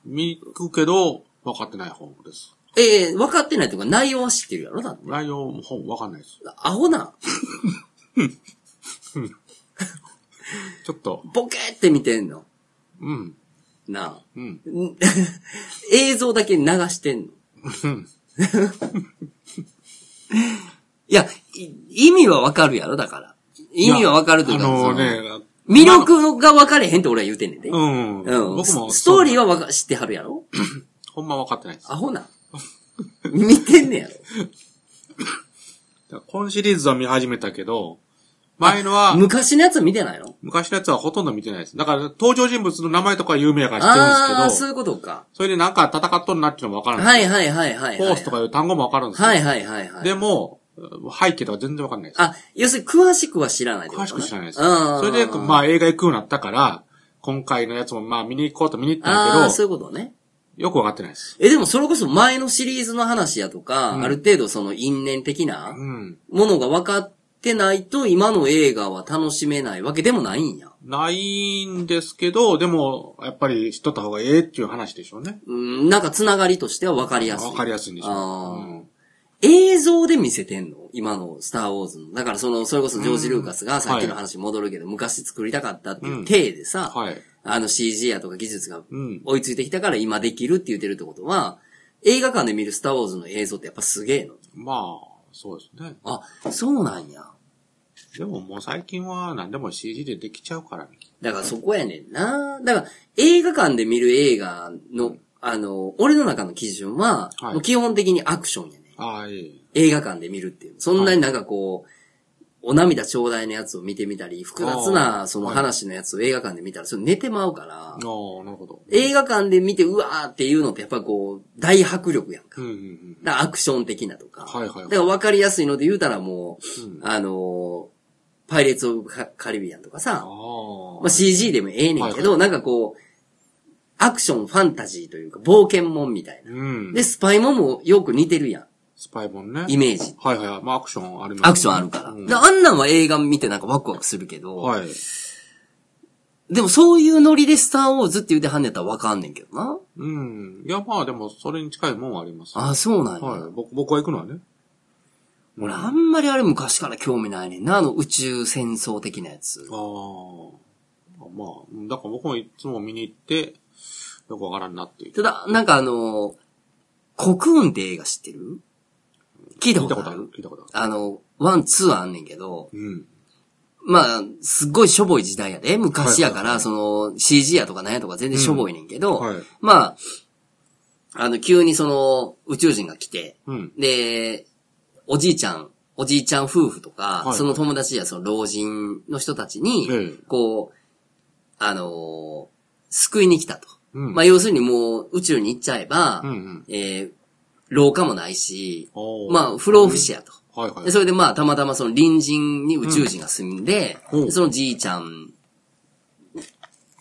[SPEAKER 2] 見行くけど、分かってない本です。
[SPEAKER 1] ええ分かってないというか内容は知ってるやろだって。
[SPEAKER 2] 内容も本分かんないです。
[SPEAKER 1] アホな、
[SPEAKER 2] ちょっと、
[SPEAKER 1] ボケって見てんの。
[SPEAKER 2] うん、
[SPEAKER 1] なあ。
[SPEAKER 2] うん。
[SPEAKER 1] ん映像だけ流してんの。 いや、い意味はわかるやろだから。意味はわかるというか、
[SPEAKER 2] あの
[SPEAKER 1] その
[SPEAKER 2] ね、
[SPEAKER 1] 魅力が分かれへんって俺は言うてんねんで。
[SPEAKER 2] うん。
[SPEAKER 1] うん。
[SPEAKER 2] 僕も、
[SPEAKER 1] スストーリー
[SPEAKER 2] は。
[SPEAKER 1] はわか知ってはるやろ
[SPEAKER 2] ほんま分かってないです。
[SPEAKER 1] アホ な。見てんねやろ。
[SPEAKER 2] 今シリーズは見始めたけど、前のは、
[SPEAKER 1] 昔のやつは見てないの
[SPEAKER 2] 昔のやつはほとんど見てないです。だから、登場人物の名前とかは有名やから知ってるんですけど、
[SPEAKER 1] ああー、そういうことか。
[SPEAKER 2] それでなんか戦っとるなっていうのもわからない。
[SPEAKER 1] はいはいはいはいはい。
[SPEAKER 2] コースとかいう単語もわかるんですよ。
[SPEAKER 1] はいはいはいはい。
[SPEAKER 2] でも、背景とか全然わかんないです。
[SPEAKER 1] あ、要するに詳しくは知らないってこ
[SPEAKER 2] 詳
[SPEAKER 1] と
[SPEAKER 2] しく知らないです。
[SPEAKER 1] うん
[SPEAKER 2] それで、まあ映画行くようになったから、今回のやつもまあ見に行こうと見に行ったん
[SPEAKER 1] ああー、
[SPEAKER 2] だけ
[SPEAKER 1] そう
[SPEAKER 2] ど、
[SPEAKER 1] いうことね。
[SPEAKER 2] よくわかってないです。
[SPEAKER 1] え、でもそれこそ前のシリーズの話やとか、
[SPEAKER 2] うん
[SPEAKER 1] ある程度その因縁的な
[SPEAKER 2] うん。
[SPEAKER 1] ものが分かってないと今の映画は楽しめないわけでもないんや。
[SPEAKER 2] ないんですけど、でも、やっぱり知っとった方がええっていう話でしょうね。
[SPEAKER 1] うん、なんかつながりとしては分かりやすい。
[SPEAKER 2] わかりやすいんでしょ
[SPEAKER 1] あ
[SPEAKER 2] う
[SPEAKER 1] ー
[SPEAKER 2] うん。
[SPEAKER 1] 映像で見せてんの今のスターウォーズの。だからその、それこそジョージ・ルーカス
[SPEAKER 2] うん
[SPEAKER 1] がさっきの
[SPEAKER 2] はい
[SPEAKER 1] 話に戻るけど、昔作りたかったっていううん体でさ、
[SPEAKER 2] はい。
[SPEAKER 1] あの CG やとか技術が
[SPEAKER 2] うん。
[SPEAKER 1] 追いついてきたから今できるって言ってるってことは、映画館で見るスターウォーズの映像ってやっぱすげえの。
[SPEAKER 2] まあ、そうですね。
[SPEAKER 1] あ、そうなんや。
[SPEAKER 2] でももう最近は何でも CG でできちゃうからね。
[SPEAKER 1] だからそこやねんな。だから映画館で見る映画の、あの、俺の中の基準は、
[SPEAKER 2] は
[SPEAKER 1] も
[SPEAKER 2] い
[SPEAKER 1] う基本的にアクションやねん。
[SPEAKER 2] ああ、いい。
[SPEAKER 1] 映画館で見るっていう。そんなになんかこう、お涙ちょうだいのやつを見てみたり、複雑
[SPEAKER 2] あー
[SPEAKER 1] なその話のやつを映画館で見たら、それ寝てまうから
[SPEAKER 2] ああ、、なるほど。
[SPEAKER 1] 映画館で見てうわーっていうのってやっぱこう、大迫力やんか。
[SPEAKER 2] うんうんうん。
[SPEAKER 1] だからアクション的なとか。
[SPEAKER 2] はいはいはい
[SPEAKER 1] だから分かりやすいので言うたらもう、
[SPEAKER 2] うん
[SPEAKER 1] あのーパイレーツ・オブ・カリビアンとかさ、
[SPEAKER 2] あ
[SPEAKER 1] まあ、CG でもええねんけど、なんかこう、アクション、ファンタジーというか、冒険もんみたいな。
[SPEAKER 2] うん。
[SPEAKER 1] で、スパイもんもよく似てるや
[SPEAKER 2] スパイ本
[SPEAKER 1] ん、
[SPEAKER 2] ね。
[SPEAKER 1] イメージ。
[SPEAKER 2] はいはいはい。まあアクションある
[SPEAKER 1] アクションあるから。
[SPEAKER 2] うん
[SPEAKER 1] であんなんは映画見てなんかワクワクするけど、
[SPEAKER 2] はい。
[SPEAKER 1] でもそういうノリでスターウォーズって言うてはんねやったらわかんねんけどな。
[SPEAKER 2] うん。いやまあでもそれに近いもんはあります。
[SPEAKER 1] ああ、そうなんや。
[SPEAKER 2] はい。僕僕は行くのはね。
[SPEAKER 1] 俺あんまりあれ昔から興味ないねんな、あの宇宙戦争的なやつ
[SPEAKER 2] あ。あ。まあ、うんだから僕もいつも見に行って、よくわからんなっていう。
[SPEAKER 1] ただ、なんかあの、コクーンって映画知ってる聞いた
[SPEAKER 2] 聞
[SPEAKER 1] こ
[SPEAKER 2] い
[SPEAKER 1] と
[SPEAKER 2] たこと
[SPEAKER 1] あ
[SPEAKER 2] あ
[SPEAKER 1] る
[SPEAKER 2] る聞いたことある。
[SPEAKER 1] あの、ワン、ツーはあんねんけど、
[SPEAKER 2] うん。
[SPEAKER 1] まあ、すっごいしょぼい時代やで。昔やか
[SPEAKER 2] はいはいは
[SPEAKER 1] ら、その、CG やとかなんやとか全然しょぼいねんけど、
[SPEAKER 2] はい。
[SPEAKER 1] まあ、あの、急にその、宇宙人が来て、
[SPEAKER 2] うん。
[SPEAKER 1] で、おじいちゃん、おじいちゃん夫婦とか、
[SPEAKER 2] はい
[SPEAKER 1] その友達やその老人の人たちに、
[SPEAKER 2] ええ
[SPEAKER 1] こう、あのー救いに来たと。
[SPEAKER 2] うん。
[SPEAKER 1] まあ、要するにもう宇宙に行っちゃえば、
[SPEAKER 2] うんうん。
[SPEAKER 1] えー廊下もないし、
[SPEAKER 2] おー
[SPEAKER 1] まあ、不老不死やと。
[SPEAKER 2] はいはい
[SPEAKER 1] で。それでまあ、たまたまその隣人に宇宙人が住んで、
[SPEAKER 2] うん
[SPEAKER 1] でそのじいちゃん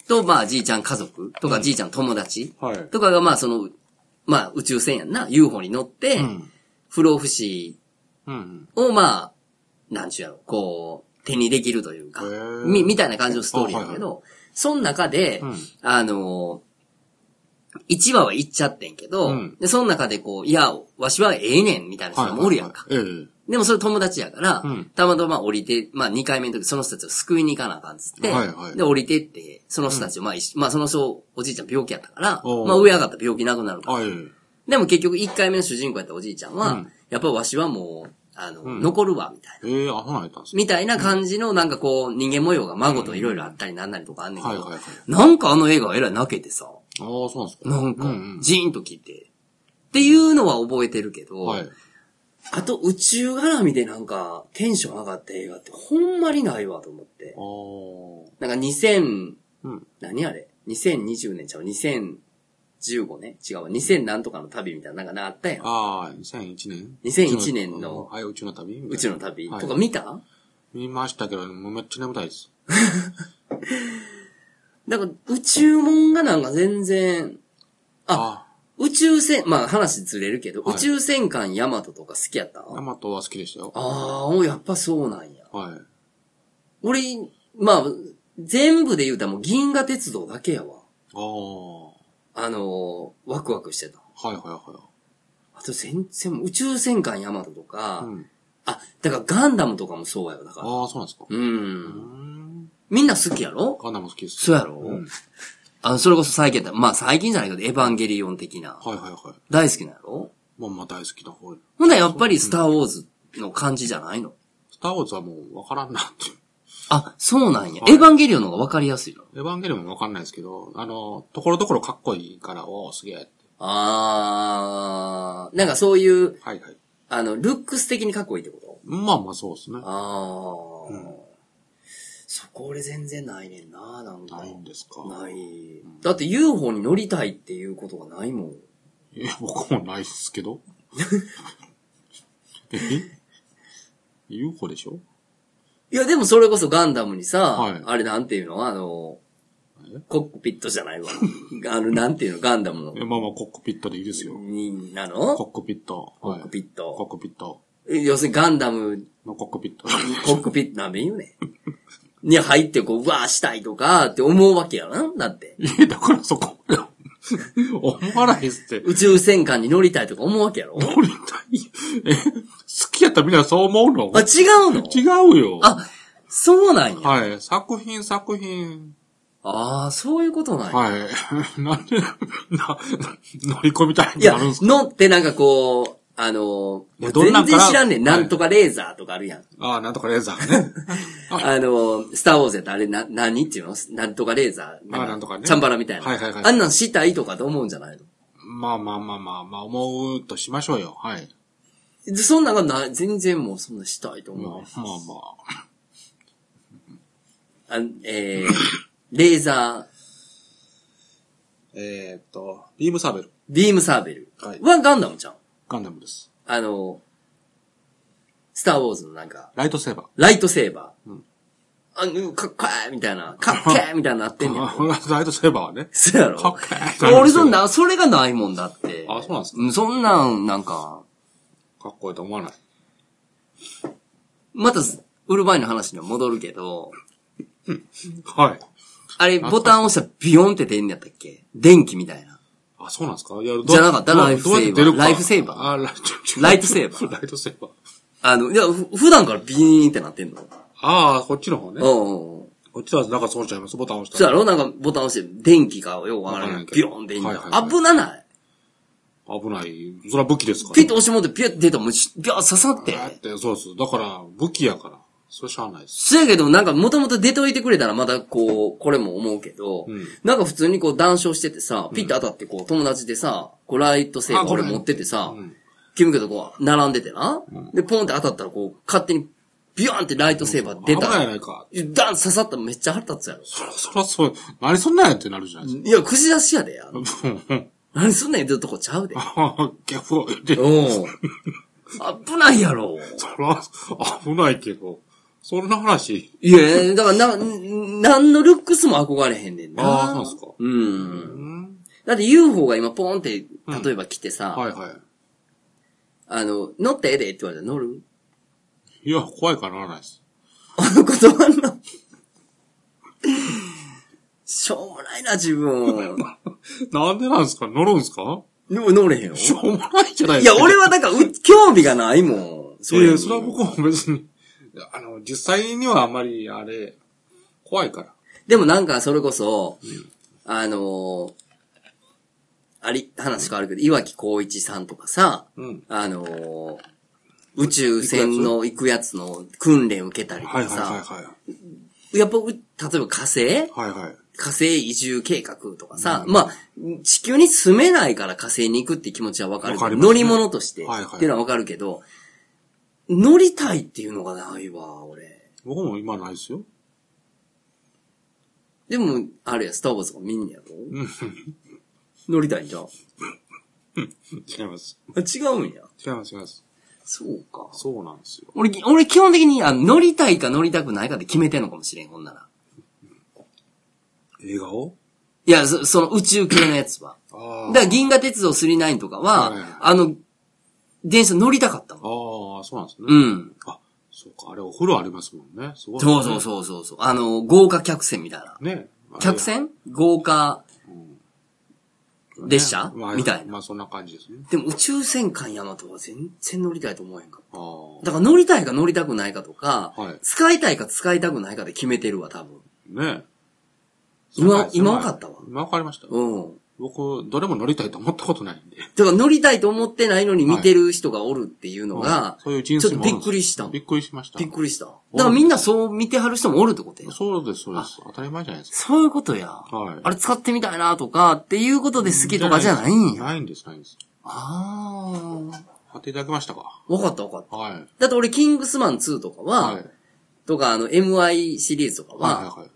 [SPEAKER 1] と、まあ、じいちゃん家族とか、じいちゃん友達
[SPEAKER 2] はい。
[SPEAKER 1] とかがまあ、その、まあ、宇宙船やんな、UFO に乗って、
[SPEAKER 2] うん。
[SPEAKER 1] 不老不死
[SPEAKER 2] うん。
[SPEAKER 1] をまあ、なんちゅうやろ、こう、手にできるというか
[SPEAKER 2] へー、
[SPEAKER 1] み、みたいな感じのストーリーだけ
[SPEAKER 2] あ
[SPEAKER 1] ど、その中で、
[SPEAKER 2] うん
[SPEAKER 1] あのー、1話は行っちゃってんけど、
[SPEAKER 2] うん
[SPEAKER 1] で、その中でこう、いや、わしはええねん、みたいな
[SPEAKER 2] はい
[SPEAKER 1] 人
[SPEAKER 2] はい。
[SPEAKER 1] もおるやんか。
[SPEAKER 2] ええ。
[SPEAKER 1] でもそれ友達やから、
[SPEAKER 2] うん
[SPEAKER 1] たまたま降りて、まあ2回目の時その人たちを救いに行かなあかんっつって、
[SPEAKER 2] はいはい
[SPEAKER 1] で降りてって、その人たちを、まあ一緒、まあその人、おじいちゃん病気やったから、
[SPEAKER 2] おう
[SPEAKER 1] まあ上上がったら病気なくなるから、
[SPEAKER 2] あ、ええ。
[SPEAKER 1] でも結局1回目の主人公やったおじいちゃんは、
[SPEAKER 2] うん
[SPEAKER 1] やっぱわしはもう、あの、
[SPEAKER 2] ん
[SPEAKER 1] 残るわ、みたいな。
[SPEAKER 2] ええー、アホなんやったんですね。
[SPEAKER 1] みたいな感じの、なんかこう、人間模様が孫といろいろあったりなんなりとかあんねんけ
[SPEAKER 2] はい
[SPEAKER 1] ど、
[SPEAKER 2] はいはい。ああ、
[SPEAKER 1] なんかあの映画はえらい泣けてさ、
[SPEAKER 2] そうなんですか。
[SPEAKER 1] なんか
[SPEAKER 2] うんうん、
[SPEAKER 1] ジーンと聞いて、っていうのは覚えてるけど、
[SPEAKER 2] はい。
[SPEAKER 1] あと宇宙絡みでなんかテンション上がった映画ってほんまにないわと思って
[SPEAKER 2] あ。
[SPEAKER 1] な
[SPEAKER 2] ー
[SPEAKER 1] んか2000、
[SPEAKER 2] うん。
[SPEAKER 1] 何あれ ?2020 年ちゃう ?2015 年違うわ。2000なんとかの旅みたいななんかなあったやん。
[SPEAKER 2] ああ、2001年
[SPEAKER 1] 2001年の
[SPEAKER 2] はい、宇宙の旅
[SPEAKER 1] 宇宙の旅
[SPEAKER 2] はい
[SPEAKER 1] とか見た
[SPEAKER 2] 見ましたけど、もうめっちゃ眠たいです。
[SPEAKER 1] だから宇宙もんがなんか全然、あ、
[SPEAKER 2] あ
[SPEAKER 1] 宇宙船、まあ話ずれるけど、
[SPEAKER 2] はい
[SPEAKER 1] 宇宙戦艦ヤマトとか好きやった
[SPEAKER 2] あ、ヤ
[SPEAKER 1] あ
[SPEAKER 2] マトは好きでしたよ。
[SPEAKER 1] あー、やっぱそうなんや。
[SPEAKER 2] はい。
[SPEAKER 1] 俺、まあ、全部で言うたらもう銀河鉄道だけやわ。
[SPEAKER 2] ああ、は
[SPEAKER 1] あのーワクワクしてた。
[SPEAKER 2] いはいは
[SPEAKER 1] あと全然、宇宙戦艦ヤマトとか、
[SPEAKER 2] い。うん。
[SPEAKER 1] あ、だからガンダムとかもそうやよ、だから。
[SPEAKER 2] ああ、そうなんですか。
[SPEAKER 1] う
[SPEAKER 2] うー
[SPEAKER 1] ん。
[SPEAKER 2] ん。
[SPEAKER 1] みんな好きやろ
[SPEAKER 2] ガンダム好きです。
[SPEAKER 1] そうやろ、
[SPEAKER 2] うん。
[SPEAKER 1] あの、それこそ最近やったまあ最近じゃないけど、エヴァンゲリオン的な。
[SPEAKER 2] はいはいはい。
[SPEAKER 1] 大好きなんやろ
[SPEAKER 2] まあまあ大好きな方に。
[SPEAKER 1] ほんならやっぱりスターウォーズの感じじゃないの
[SPEAKER 2] スターウォーズはもうわからんなって いう。
[SPEAKER 1] あ、そうなんや。
[SPEAKER 2] はい
[SPEAKER 1] エヴァンゲリオンの方がわかりやすいの
[SPEAKER 2] エヴァンゲリオンもわかんないですけど、あの、ところどころかっこいいから、おーすげえって。
[SPEAKER 1] あー、なんかそういう、
[SPEAKER 2] はいはい。
[SPEAKER 1] あの、ルックス的にかっこいいってこと
[SPEAKER 2] まあまあそうですね。
[SPEAKER 1] ああ、
[SPEAKER 2] うん
[SPEAKER 1] そこ俺全然ないねんな、なんか。
[SPEAKER 2] ないんですか。
[SPEAKER 1] ないだって UFO に乗りたいっていうことがないもん。
[SPEAKER 2] いや、僕もないですけ ど。え ?UFO でしょ
[SPEAKER 1] いや、でもそれこそガンダムにさ、
[SPEAKER 2] はい
[SPEAKER 1] あれなんていうのあの
[SPEAKER 2] え、
[SPEAKER 1] コックピットじゃないわ。 あの、なんていうのガンダムの
[SPEAKER 2] い。やまあまあ、コックピットでいいですよ。
[SPEAKER 1] に、な
[SPEAKER 2] コ
[SPEAKER 1] の
[SPEAKER 2] ックピット。
[SPEAKER 1] コックピ
[SPEAKER 2] ッ
[SPEAKER 1] ッ
[SPEAKER 2] トコッ
[SPEAKER 1] ト。
[SPEAKER 2] クピット
[SPEAKER 1] え要するにガンダム、
[SPEAKER 2] のコックピット。
[SPEAKER 1] コックピット、なんで言うね ん。に入ってこう、うわーしたいとか、って思うわけやな。だって。
[SPEAKER 2] い や、だからそこ。思わないっすって。
[SPEAKER 1] 宇宙戦艦に乗りたいとか思うわけやろ
[SPEAKER 2] 乗りたい。え、好きやったらみんなそう思うの
[SPEAKER 1] あ、違うの
[SPEAKER 2] 違うよ。
[SPEAKER 1] あ、そうなんや。
[SPEAKER 2] はい。作品、作品。
[SPEAKER 1] ああ、そういうことなんや。
[SPEAKER 2] はい。 なんで、な、 乗り込みたい
[SPEAKER 1] い、
[SPEAKER 2] に
[SPEAKER 1] や
[SPEAKER 2] なるんす、か
[SPEAKER 1] のってなんかこう、あの
[SPEAKER 2] いや
[SPEAKER 1] ー、
[SPEAKER 2] どんな
[SPEAKER 1] 全
[SPEAKER 2] んかな
[SPEAKER 1] 然知らんねん。
[SPEAKER 2] はい
[SPEAKER 1] なんとかレーザーとかあるやん。
[SPEAKER 2] ああ、なんとかレーザーね。
[SPEAKER 1] あのー、スターウォーズやったらあれな、何っていうのなんとかレーザー。
[SPEAKER 2] なんとかね
[SPEAKER 1] チャンバラみたいな。
[SPEAKER 2] はいはいはい
[SPEAKER 1] あんなんしたいとかと思うんじゃないの
[SPEAKER 2] まあまあまあまあまあ、思うとしましょうよ。はい。
[SPEAKER 1] でそんなんがな、全然もうそんなしたいと
[SPEAKER 2] まあ
[SPEAKER 1] 思う。
[SPEAKER 2] まあ
[SPEAKER 1] あんえ ー、レーザー、
[SPEAKER 2] えーっと、ビームサーベル。
[SPEAKER 1] ビームサーベル
[SPEAKER 2] はい
[SPEAKER 1] はガンダムじゃん。
[SPEAKER 2] ガンダムです。
[SPEAKER 1] あのー、スターウォーズのなんか、
[SPEAKER 2] ライトセーバー。
[SPEAKER 1] ライトセーバー。
[SPEAKER 2] う
[SPEAKER 1] うんん。あ、うんかっこいいみたいな。かっ けーみたいになってんねん。
[SPEAKER 2] ライトセーバーはね。
[SPEAKER 1] そうやろ
[SPEAKER 2] かっこいい
[SPEAKER 1] 俺そんな、それがないもんだって。
[SPEAKER 2] あそうなんですか
[SPEAKER 1] かそんなん、なんか、
[SPEAKER 2] かっこいいと思わない。
[SPEAKER 1] また、ウルバインの話には戻るけど、
[SPEAKER 2] はい。
[SPEAKER 1] あれ、ボタン押したらビヨンって出んのやったっけ電気みたいな。
[SPEAKER 2] あ、そうなんですかいや、どう
[SPEAKER 1] じゃなかった
[SPEAKER 2] どう
[SPEAKER 1] ライフセーバー
[SPEAKER 2] どうやって出るか
[SPEAKER 1] ライフセーバー
[SPEAKER 2] あ、ライト、
[SPEAKER 1] ライトセーバー
[SPEAKER 2] ライトセーバー。
[SPEAKER 1] あの、いや、ふ普段からビーンってなってんの。
[SPEAKER 2] ああ、こっちの方ね。
[SPEAKER 1] うんうんうん。
[SPEAKER 2] こっちはなんかそうちゃいます。ボタン押し
[SPEAKER 1] そ
[SPEAKER 2] た
[SPEAKER 1] うや
[SPEAKER 2] ら。
[SPEAKER 1] ろなんか、ボタン押して、電気がようわか
[SPEAKER 2] わからら
[SPEAKER 1] なんい。
[SPEAKER 2] けど
[SPEAKER 1] ビヨンっていいん
[SPEAKER 2] はい
[SPEAKER 1] だ
[SPEAKER 2] はいはい。
[SPEAKER 1] 危なない。
[SPEAKER 2] 危ない。それは武器ですから。
[SPEAKER 1] ピッと押してもって、ピュッて出たらもうし、ビョー刺さっ。
[SPEAKER 2] だってて、そうです。だから、武器やから。それしゃあないです。
[SPEAKER 1] そやけど、なんか、もともと出といてくれたらまた、こう、これも思うけど、
[SPEAKER 2] うん
[SPEAKER 1] なんか普通にこう、談笑しててさ、ピッて当たってこう、友達でさ、こう、ライトセーバ
[SPEAKER 2] あ
[SPEAKER 1] ー
[SPEAKER 2] これ
[SPEAKER 1] 俺持っててさ、
[SPEAKER 2] うん
[SPEAKER 1] 君けどこう、並んでてな、で、ポンって当たったらこう、勝手に、ビヨーンってライトセーバー出
[SPEAKER 2] 危
[SPEAKER 1] た
[SPEAKER 2] ないや
[SPEAKER 1] ら、
[SPEAKER 2] ないか。
[SPEAKER 1] ダン刺さったらめっちゃ腹立つやろ。
[SPEAKER 2] そらそらそう、何そんなんやってなるじゃないです
[SPEAKER 1] いや、口出しやでや。
[SPEAKER 2] か。 うんうん
[SPEAKER 1] 何すんねん言うとこちゃう で。
[SPEAKER 2] ああ、ギャフを入れて
[SPEAKER 1] うん。危ないやろ。
[SPEAKER 2] そら、危ないけど、そんな話、
[SPEAKER 1] いや、だからな、ん何のルックスも憧れへんねんな。
[SPEAKER 2] あーそうですか
[SPEAKER 1] うん。
[SPEAKER 2] うん、
[SPEAKER 1] だって UFO が今ポーンって、例えば来てさ、
[SPEAKER 2] はいは
[SPEAKER 1] あの、乗ってええでって言われたら乗る
[SPEAKER 2] い。いや、怖いからならないです。
[SPEAKER 1] あの断んの。しょうもないな、自分。
[SPEAKER 2] なんでなんですか乗るんですか
[SPEAKER 1] でも乗れへんよ。
[SPEAKER 2] しょうもないじゃない
[SPEAKER 1] い
[SPEAKER 2] です
[SPEAKER 1] や
[SPEAKER 2] か。、
[SPEAKER 1] 俺はだから、う興味がないもん。
[SPEAKER 2] いやいや、それは
[SPEAKER 1] に
[SPEAKER 2] 僕も別に、あの、実際にはあんまり、あれ、怖いから。
[SPEAKER 1] でもなんか、それこそ、あのーあり、話変わるけど、岩木光一さんとかさ、
[SPEAKER 2] うん。
[SPEAKER 1] あのー宇宙船の行くやつの訓練受けたりと
[SPEAKER 2] はい
[SPEAKER 1] か
[SPEAKER 2] はいはい
[SPEAKER 1] さ、
[SPEAKER 2] はい。
[SPEAKER 1] やっぱ、う例えば火星
[SPEAKER 2] はいはい。
[SPEAKER 1] 火星移住計画とかさ、まあ、地球に住めないから火星に行くって気持ちはわかるけど
[SPEAKER 2] わかりますね
[SPEAKER 1] 乗り物として、
[SPEAKER 2] はいはい
[SPEAKER 1] っていうのはわかるけど、乗りたいっていうのがないわ、俺。
[SPEAKER 2] 僕も今ないですよ。
[SPEAKER 1] でも、あれや、スターウォーズとか見んねやろ乗りたいんじゃん。あ
[SPEAKER 2] 違います。
[SPEAKER 1] 違うんや。
[SPEAKER 2] 違います違います。
[SPEAKER 1] そうか。
[SPEAKER 2] そうなんですよ。
[SPEAKER 1] 俺、俺基本的にあ乗りたいか乗りたくないかで決めてんのかもしれん、ほんなら。
[SPEAKER 2] 映画を
[SPEAKER 1] いや、そその宇宙系のやつは。
[SPEAKER 2] あ
[SPEAKER 1] だから銀河鉄道999とかは、
[SPEAKER 2] はい
[SPEAKER 1] あの、電車乗りたかったもん。
[SPEAKER 2] ああ、そうなんですね。
[SPEAKER 1] うん。
[SPEAKER 2] あ、そうか。あれお風呂ありますもんね。すごい、
[SPEAKER 1] そうそうそうそうそう。あの、豪華客船みたいな。
[SPEAKER 2] う。ね。
[SPEAKER 1] 客船豪華。列車
[SPEAKER 2] まあ
[SPEAKER 1] みたいな
[SPEAKER 2] まあそんな感じですね。
[SPEAKER 1] でも宇宙戦艦ヤマトは全然乗りたいと思わへんかった。
[SPEAKER 2] ああ。
[SPEAKER 1] だから乗りたいか乗りたくないかとか、
[SPEAKER 2] はい
[SPEAKER 1] 使いたいか使いたくないかで決めてるわ、多分。
[SPEAKER 2] ね
[SPEAKER 1] 今
[SPEAKER 2] 狭い
[SPEAKER 1] 今わかったわ
[SPEAKER 2] 今わかりました。
[SPEAKER 1] うん。
[SPEAKER 2] 僕、どれも乗りたいと思ったことないんで。
[SPEAKER 1] だから乗りたいと思ってないのに見てる人がおるっていうのが、
[SPEAKER 2] そういう人
[SPEAKER 1] ちょっ
[SPEAKER 2] 生
[SPEAKER 1] と
[SPEAKER 2] もある
[SPEAKER 1] び
[SPEAKER 2] ん
[SPEAKER 1] っ
[SPEAKER 2] です
[SPEAKER 1] くりした。
[SPEAKER 2] び
[SPEAKER 1] び
[SPEAKER 2] っくりしました。
[SPEAKER 1] っくりした。だからみんなそう見てはる人もおるってことや。
[SPEAKER 2] そうです、そうです。当たり前じゃないです
[SPEAKER 1] そういうことや。
[SPEAKER 2] はい
[SPEAKER 1] あれ使ってみたいなとか、っていうことで好きとかじゃないんや。
[SPEAKER 2] か。ないんです、ないんです。
[SPEAKER 1] ああ。
[SPEAKER 2] 当てていただきましたか。
[SPEAKER 1] わかったわかった。
[SPEAKER 2] はい。
[SPEAKER 1] だって俺、キングスマン2とかは、
[SPEAKER 2] はい。
[SPEAKER 1] とか、あの、MI シリーズとかは、
[SPEAKER 2] はいはいはい。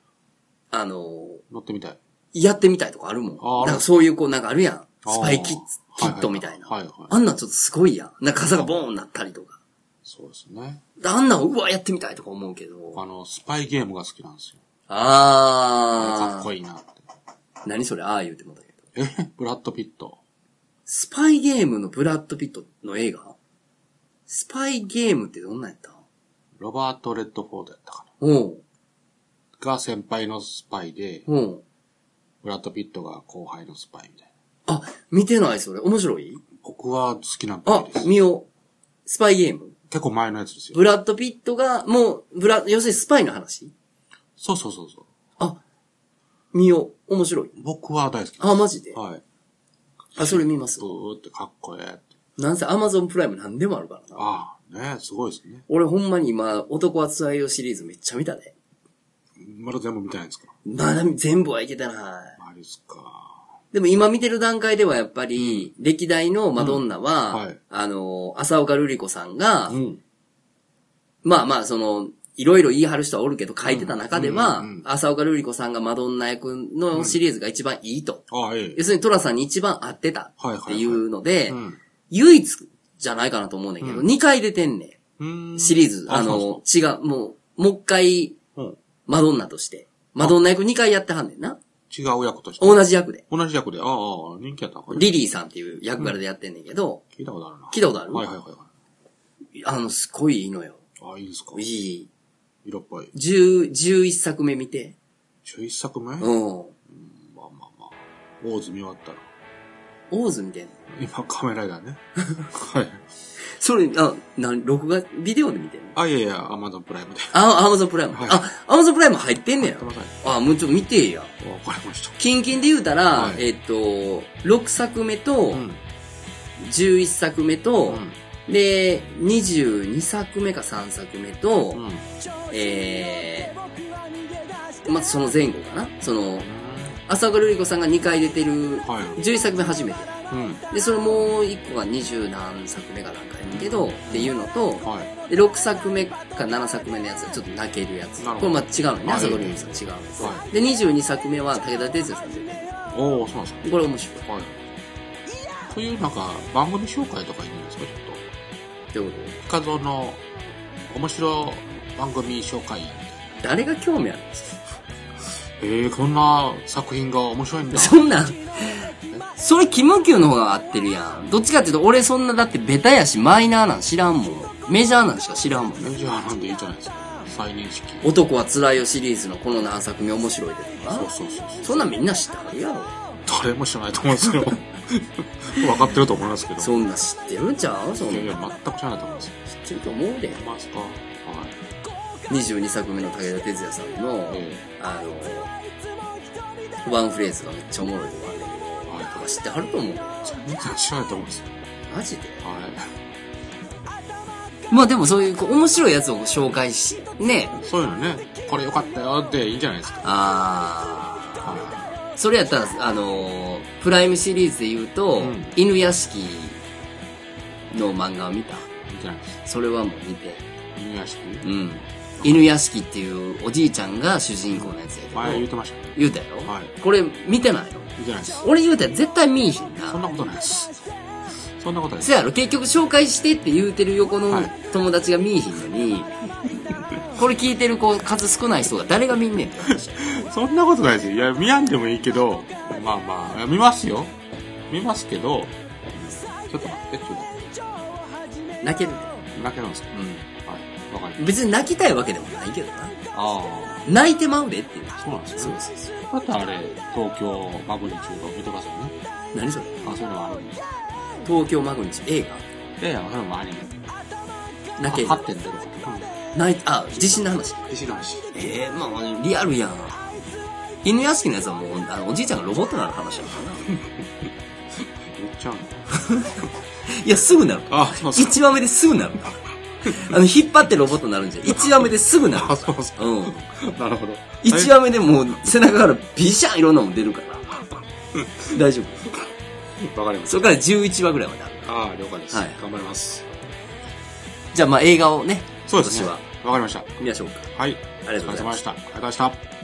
[SPEAKER 1] あの、
[SPEAKER 2] 乗ってみたい。
[SPEAKER 1] やってみたいとかあるもん。
[SPEAKER 2] あある
[SPEAKER 1] なんかそういう、こう、なんかあるやん。
[SPEAKER 2] ああ
[SPEAKER 1] スパイキッズキ
[SPEAKER 2] はいはい
[SPEAKER 1] ットみたいな。
[SPEAKER 2] はいはい
[SPEAKER 1] あんなんちょっとすごいやん。なんか傘がボーンなったりとか。
[SPEAKER 2] そうですね。
[SPEAKER 1] あんなん、うわ、やってみたいとか思うけど。
[SPEAKER 2] あの、スパイゲームが好きなんですよ。あれか
[SPEAKER 1] あ
[SPEAKER 2] っ
[SPEAKER 1] ー。
[SPEAKER 2] こいいなって。
[SPEAKER 1] 何それ、ああ言うてもだけど。
[SPEAKER 2] えブラッド・ピット。
[SPEAKER 1] スパイゲームのブラッド・ピットの映画スパイゲームってどんなんやった
[SPEAKER 2] ロバート・レッドフォードやったか
[SPEAKER 1] おう、
[SPEAKER 2] な。が先輩のスパイで、
[SPEAKER 1] おう。
[SPEAKER 2] ブラッド・ピットが後輩のスパイみたいな。
[SPEAKER 1] あ、見てないそれ。面白い
[SPEAKER 2] 僕は好きなパ
[SPEAKER 1] あ
[SPEAKER 2] イです、。
[SPEAKER 1] 見よう。スパイゲーム
[SPEAKER 2] 結構前のやつですよ。
[SPEAKER 1] ブラッド・ピットが、もう、ブラ、要するにスパイの話
[SPEAKER 2] そうそうそうそう。
[SPEAKER 1] あ、見よう。面白い。
[SPEAKER 2] 僕は大好きです。
[SPEAKER 1] あ、マジで
[SPEAKER 2] はい。
[SPEAKER 1] あ、それ見ます
[SPEAKER 2] ブ。ーってかっこええって。
[SPEAKER 1] なんせアマゾンプライム何でもあるからな。
[SPEAKER 2] ああ、ねすごいですね。
[SPEAKER 1] 俺ほんまに今、男はつらいよシリーズめっちゃ見たね。
[SPEAKER 2] まだ全部見てないんですか
[SPEAKER 1] まだ全部はいけてない。
[SPEAKER 2] マリスか。
[SPEAKER 1] でも今見てる段階ではやっぱり、歴代のマドンナは、
[SPEAKER 2] うんはい
[SPEAKER 1] あの、浅岡瑠璃子さんが、
[SPEAKER 2] うん。
[SPEAKER 1] まあまあ、その、いろいろ言い張る人はおるけど、書いてた中では、
[SPEAKER 2] うんうんうん
[SPEAKER 1] 浅岡瑠璃子さんがマドンナ役のシリーズが一番いいと。
[SPEAKER 2] ああ、ええ
[SPEAKER 1] 要。するにトラさんに一番合ってたっていうので、
[SPEAKER 2] うん。
[SPEAKER 1] 唯一じゃないかなと思うねんだけど、
[SPEAKER 2] うん
[SPEAKER 1] 2回出てんね
[SPEAKER 2] うー
[SPEAKER 1] ん。
[SPEAKER 2] ん
[SPEAKER 1] シリーズ。あ
[SPEAKER 2] そ
[SPEAKER 1] の
[SPEAKER 2] う、
[SPEAKER 1] 違う、もう、もう一回、
[SPEAKER 2] そう
[SPEAKER 1] マドンナとして。マドンナ役2回やってはんねんな。
[SPEAKER 2] うん、違う役として。
[SPEAKER 1] 同じ役で。
[SPEAKER 2] 同じ役で。ああ、ああ人気やったのかな
[SPEAKER 1] リリーさんっていう役柄でやってんねんけど、
[SPEAKER 2] 聞いたことあるな。
[SPEAKER 1] 聞いたことある
[SPEAKER 2] はいはいはいはい。
[SPEAKER 1] あの、すごいいいのよ。
[SPEAKER 2] ああ、いいですか
[SPEAKER 1] い。い。
[SPEAKER 2] 色っぽい。
[SPEAKER 1] 10 11作目見て。
[SPEAKER 2] 11作目、まあ
[SPEAKER 1] うん。
[SPEAKER 2] まあまあ。大津見終わったら。
[SPEAKER 1] 大津みたいな。
[SPEAKER 2] 今、カメラだね。はい。
[SPEAKER 1] それ、あ、なん、録画、ビデオで見てんの
[SPEAKER 2] あ、いやいや、アマゾンプライムで。
[SPEAKER 1] あ、アマゾンプライム。
[SPEAKER 2] はい
[SPEAKER 1] あ、アマゾンプライム入ってんねや
[SPEAKER 2] ご。めんなさ
[SPEAKER 1] あ、もうちょっと見てえや。
[SPEAKER 2] い。わかりました。
[SPEAKER 1] キンキンで言うたら、
[SPEAKER 2] はい
[SPEAKER 1] えっと、6作目と
[SPEAKER 2] う、ん。
[SPEAKER 1] 11作目
[SPEAKER 2] う
[SPEAKER 1] と、
[SPEAKER 2] ん。
[SPEAKER 1] で、22作目か3作目と、
[SPEAKER 2] うん。
[SPEAKER 1] えー、まずその前後かな。その、
[SPEAKER 2] は
[SPEAKER 1] 浅岡瑠璃子さんが2回出てる、
[SPEAKER 2] い。
[SPEAKER 1] 11作目初めて。
[SPEAKER 2] うん。
[SPEAKER 1] で、それ もう1個が20何作目かなんかやけど、っていうのと、
[SPEAKER 2] はい。
[SPEAKER 1] で、6作目か7作目のやつはちょっと泣けるやつ。
[SPEAKER 2] なる
[SPEAKER 1] これ
[SPEAKER 2] ほ
[SPEAKER 1] ま
[SPEAKER 2] ど
[SPEAKER 1] あ違うのね。
[SPEAKER 2] はい
[SPEAKER 1] 浅岡瑠璃子さん違うのと、
[SPEAKER 2] は
[SPEAKER 1] で、22作目は武田鉄矢さん出て
[SPEAKER 2] おおそうなんです
[SPEAKER 1] るこれ面白い。
[SPEAKER 2] か。はい。という、なんか、番組紹介とかいいんですか、ちょっ
[SPEAKER 1] ってこと
[SPEAKER 2] と。ピカゾの面白番組紹介。
[SPEAKER 1] 誰が興味あるんですか
[SPEAKER 2] ええー、こんな作品が面白いんだ。
[SPEAKER 1] そんなん、それキムキューの方が合ってるやん。どっちかっていうと俺そんなだってベタやしマイナーなん知らんもん。メジャーなんしか知らんもん。
[SPEAKER 2] メジャーなんでいいじゃないですか。再認識。
[SPEAKER 1] 男は辛いよシリーズのこの何作目面白いでと
[SPEAKER 2] そう
[SPEAKER 1] か。
[SPEAKER 2] そうそうそう。
[SPEAKER 1] そんなんみんな知ってはるやろ。
[SPEAKER 2] 誰も知らないと思うんです よ。分かってると思いますけど。
[SPEAKER 1] そんなん知ってるんちゃうそん
[SPEAKER 2] い
[SPEAKER 1] な
[SPEAKER 2] やい
[SPEAKER 1] ん
[SPEAKER 2] や、全く知らないと思いますよ。
[SPEAKER 1] 知ってると思うで。
[SPEAKER 2] マスか。はい。
[SPEAKER 1] 22作目の武田鉄矢さんの、
[SPEAKER 2] え
[SPEAKER 1] あの、ワンフレーズがめっちゃおもろいとかあるんだけど
[SPEAKER 2] えはい。
[SPEAKER 1] とか知ってはると思う。
[SPEAKER 2] みんな知らないと思うんですよ。
[SPEAKER 1] マジで
[SPEAKER 2] はい。
[SPEAKER 1] まあでもそういうこう面白いやつを紹介し、ね。
[SPEAKER 2] そういうのね、これ良かったよっていいんじゃないですか。
[SPEAKER 1] あ
[SPEAKER 2] は
[SPEAKER 1] ーそれやったら、あのープライムシリーズで言うと、
[SPEAKER 2] うん
[SPEAKER 1] 犬屋敷の漫画を見た。
[SPEAKER 2] い。いいんじゃないですか。
[SPEAKER 1] それはもう見て。
[SPEAKER 2] 犬屋敷
[SPEAKER 1] うん。犬屋敷っていうおじいちゃんが主人公のやつやけど、
[SPEAKER 2] 前言ってましたね。
[SPEAKER 1] 言うたやろ、
[SPEAKER 2] はい
[SPEAKER 1] これ見てないの
[SPEAKER 2] いいんじゃないですか。
[SPEAKER 1] 俺言うたら絶対見いひん
[SPEAKER 2] そん
[SPEAKER 1] な。
[SPEAKER 2] なことないです。そんなことないです
[SPEAKER 1] せ。やろ結局紹介してって言うてる横の
[SPEAKER 2] はい
[SPEAKER 1] 友達が見いひんのに、これ聞いてる子数少ない人が誰が見んねんって話や
[SPEAKER 2] そんなことないですよ。いや、見やんでもいいけど、まあまあいや、見ますよ。見ますけど、ちょっと待って、ちょっと待っ
[SPEAKER 1] 泣ける。
[SPEAKER 2] て。泣けるんですか
[SPEAKER 1] う
[SPEAKER 2] はい。わかりまし
[SPEAKER 1] ん。別に泣きたいわけでもないけどな。
[SPEAKER 2] た。あ
[SPEAKER 1] 泣いてまうでっていう。
[SPEAKER 2] あ、そうなんです
[SPEAKER 1] そう
[SPEAKER 2] ね。
[SPEAKER 1] そうそう。
[SPEAKER 2] またあれ、東京マグニチュード見てますよね。
[SPEAKER 1] 何それ
[SPEAKER 2] あ、そういうのがあるんです。
[SPEAKER 1] 東京マグニチュード映
[SPEAKER 2] で、あの、アニメ。
[SPEAKER 1] 画泣ける
[SPEAKER 2] あ。8.0とか。
[SPEAKER 1] 泣いて、あ、地震の話。
[SPEAKER 2] うん。石の石。
[SPEAKER 1] ええまあまあ、リアルやん。犬屋敷のやつはもう、あの、おじいちゃんがロボットになる話やからな。
[SPEAKER 2] 言っちゃうの
[SPEAKER 1] いや、すぐなる。
[SPEAKER 2] あ、そうそう。
[SPEAKER 1] 1話目ですぐなるから。あの、引っ張ってロボットになるんじゃん。1話目ですぐなる
[SPEAKER 2] あ、。そうそう。
[SPEAKER 1] うん。
[SPEAKER 2] なるほど。
[SPEAKER 1] 1話目でもう、背中からビシャンいろんなもん出るから。大丈夫。
[SPEAKER 2] わかりまし
[SPEAKER 1] それから11話ぐらいまである。
[SPEAKER 2] た。ああ、了解です。
[SPEAKER 1] はい
[SPEAKER 2] 頑張ります。
[SPEAKER 1] じゃあまあ映画をね、
[SPEAKER 2] そうですね。
[SPEAKER 1] 今年
[SPEAKER 2] わかりました。
[SPEAKER 1] は見ましょうか。
[SPEAKER 2] はい。
[SPEAKER 1] ありがとうございま
[SPEAKER 2] お疲れ様でした。ありがとうございました。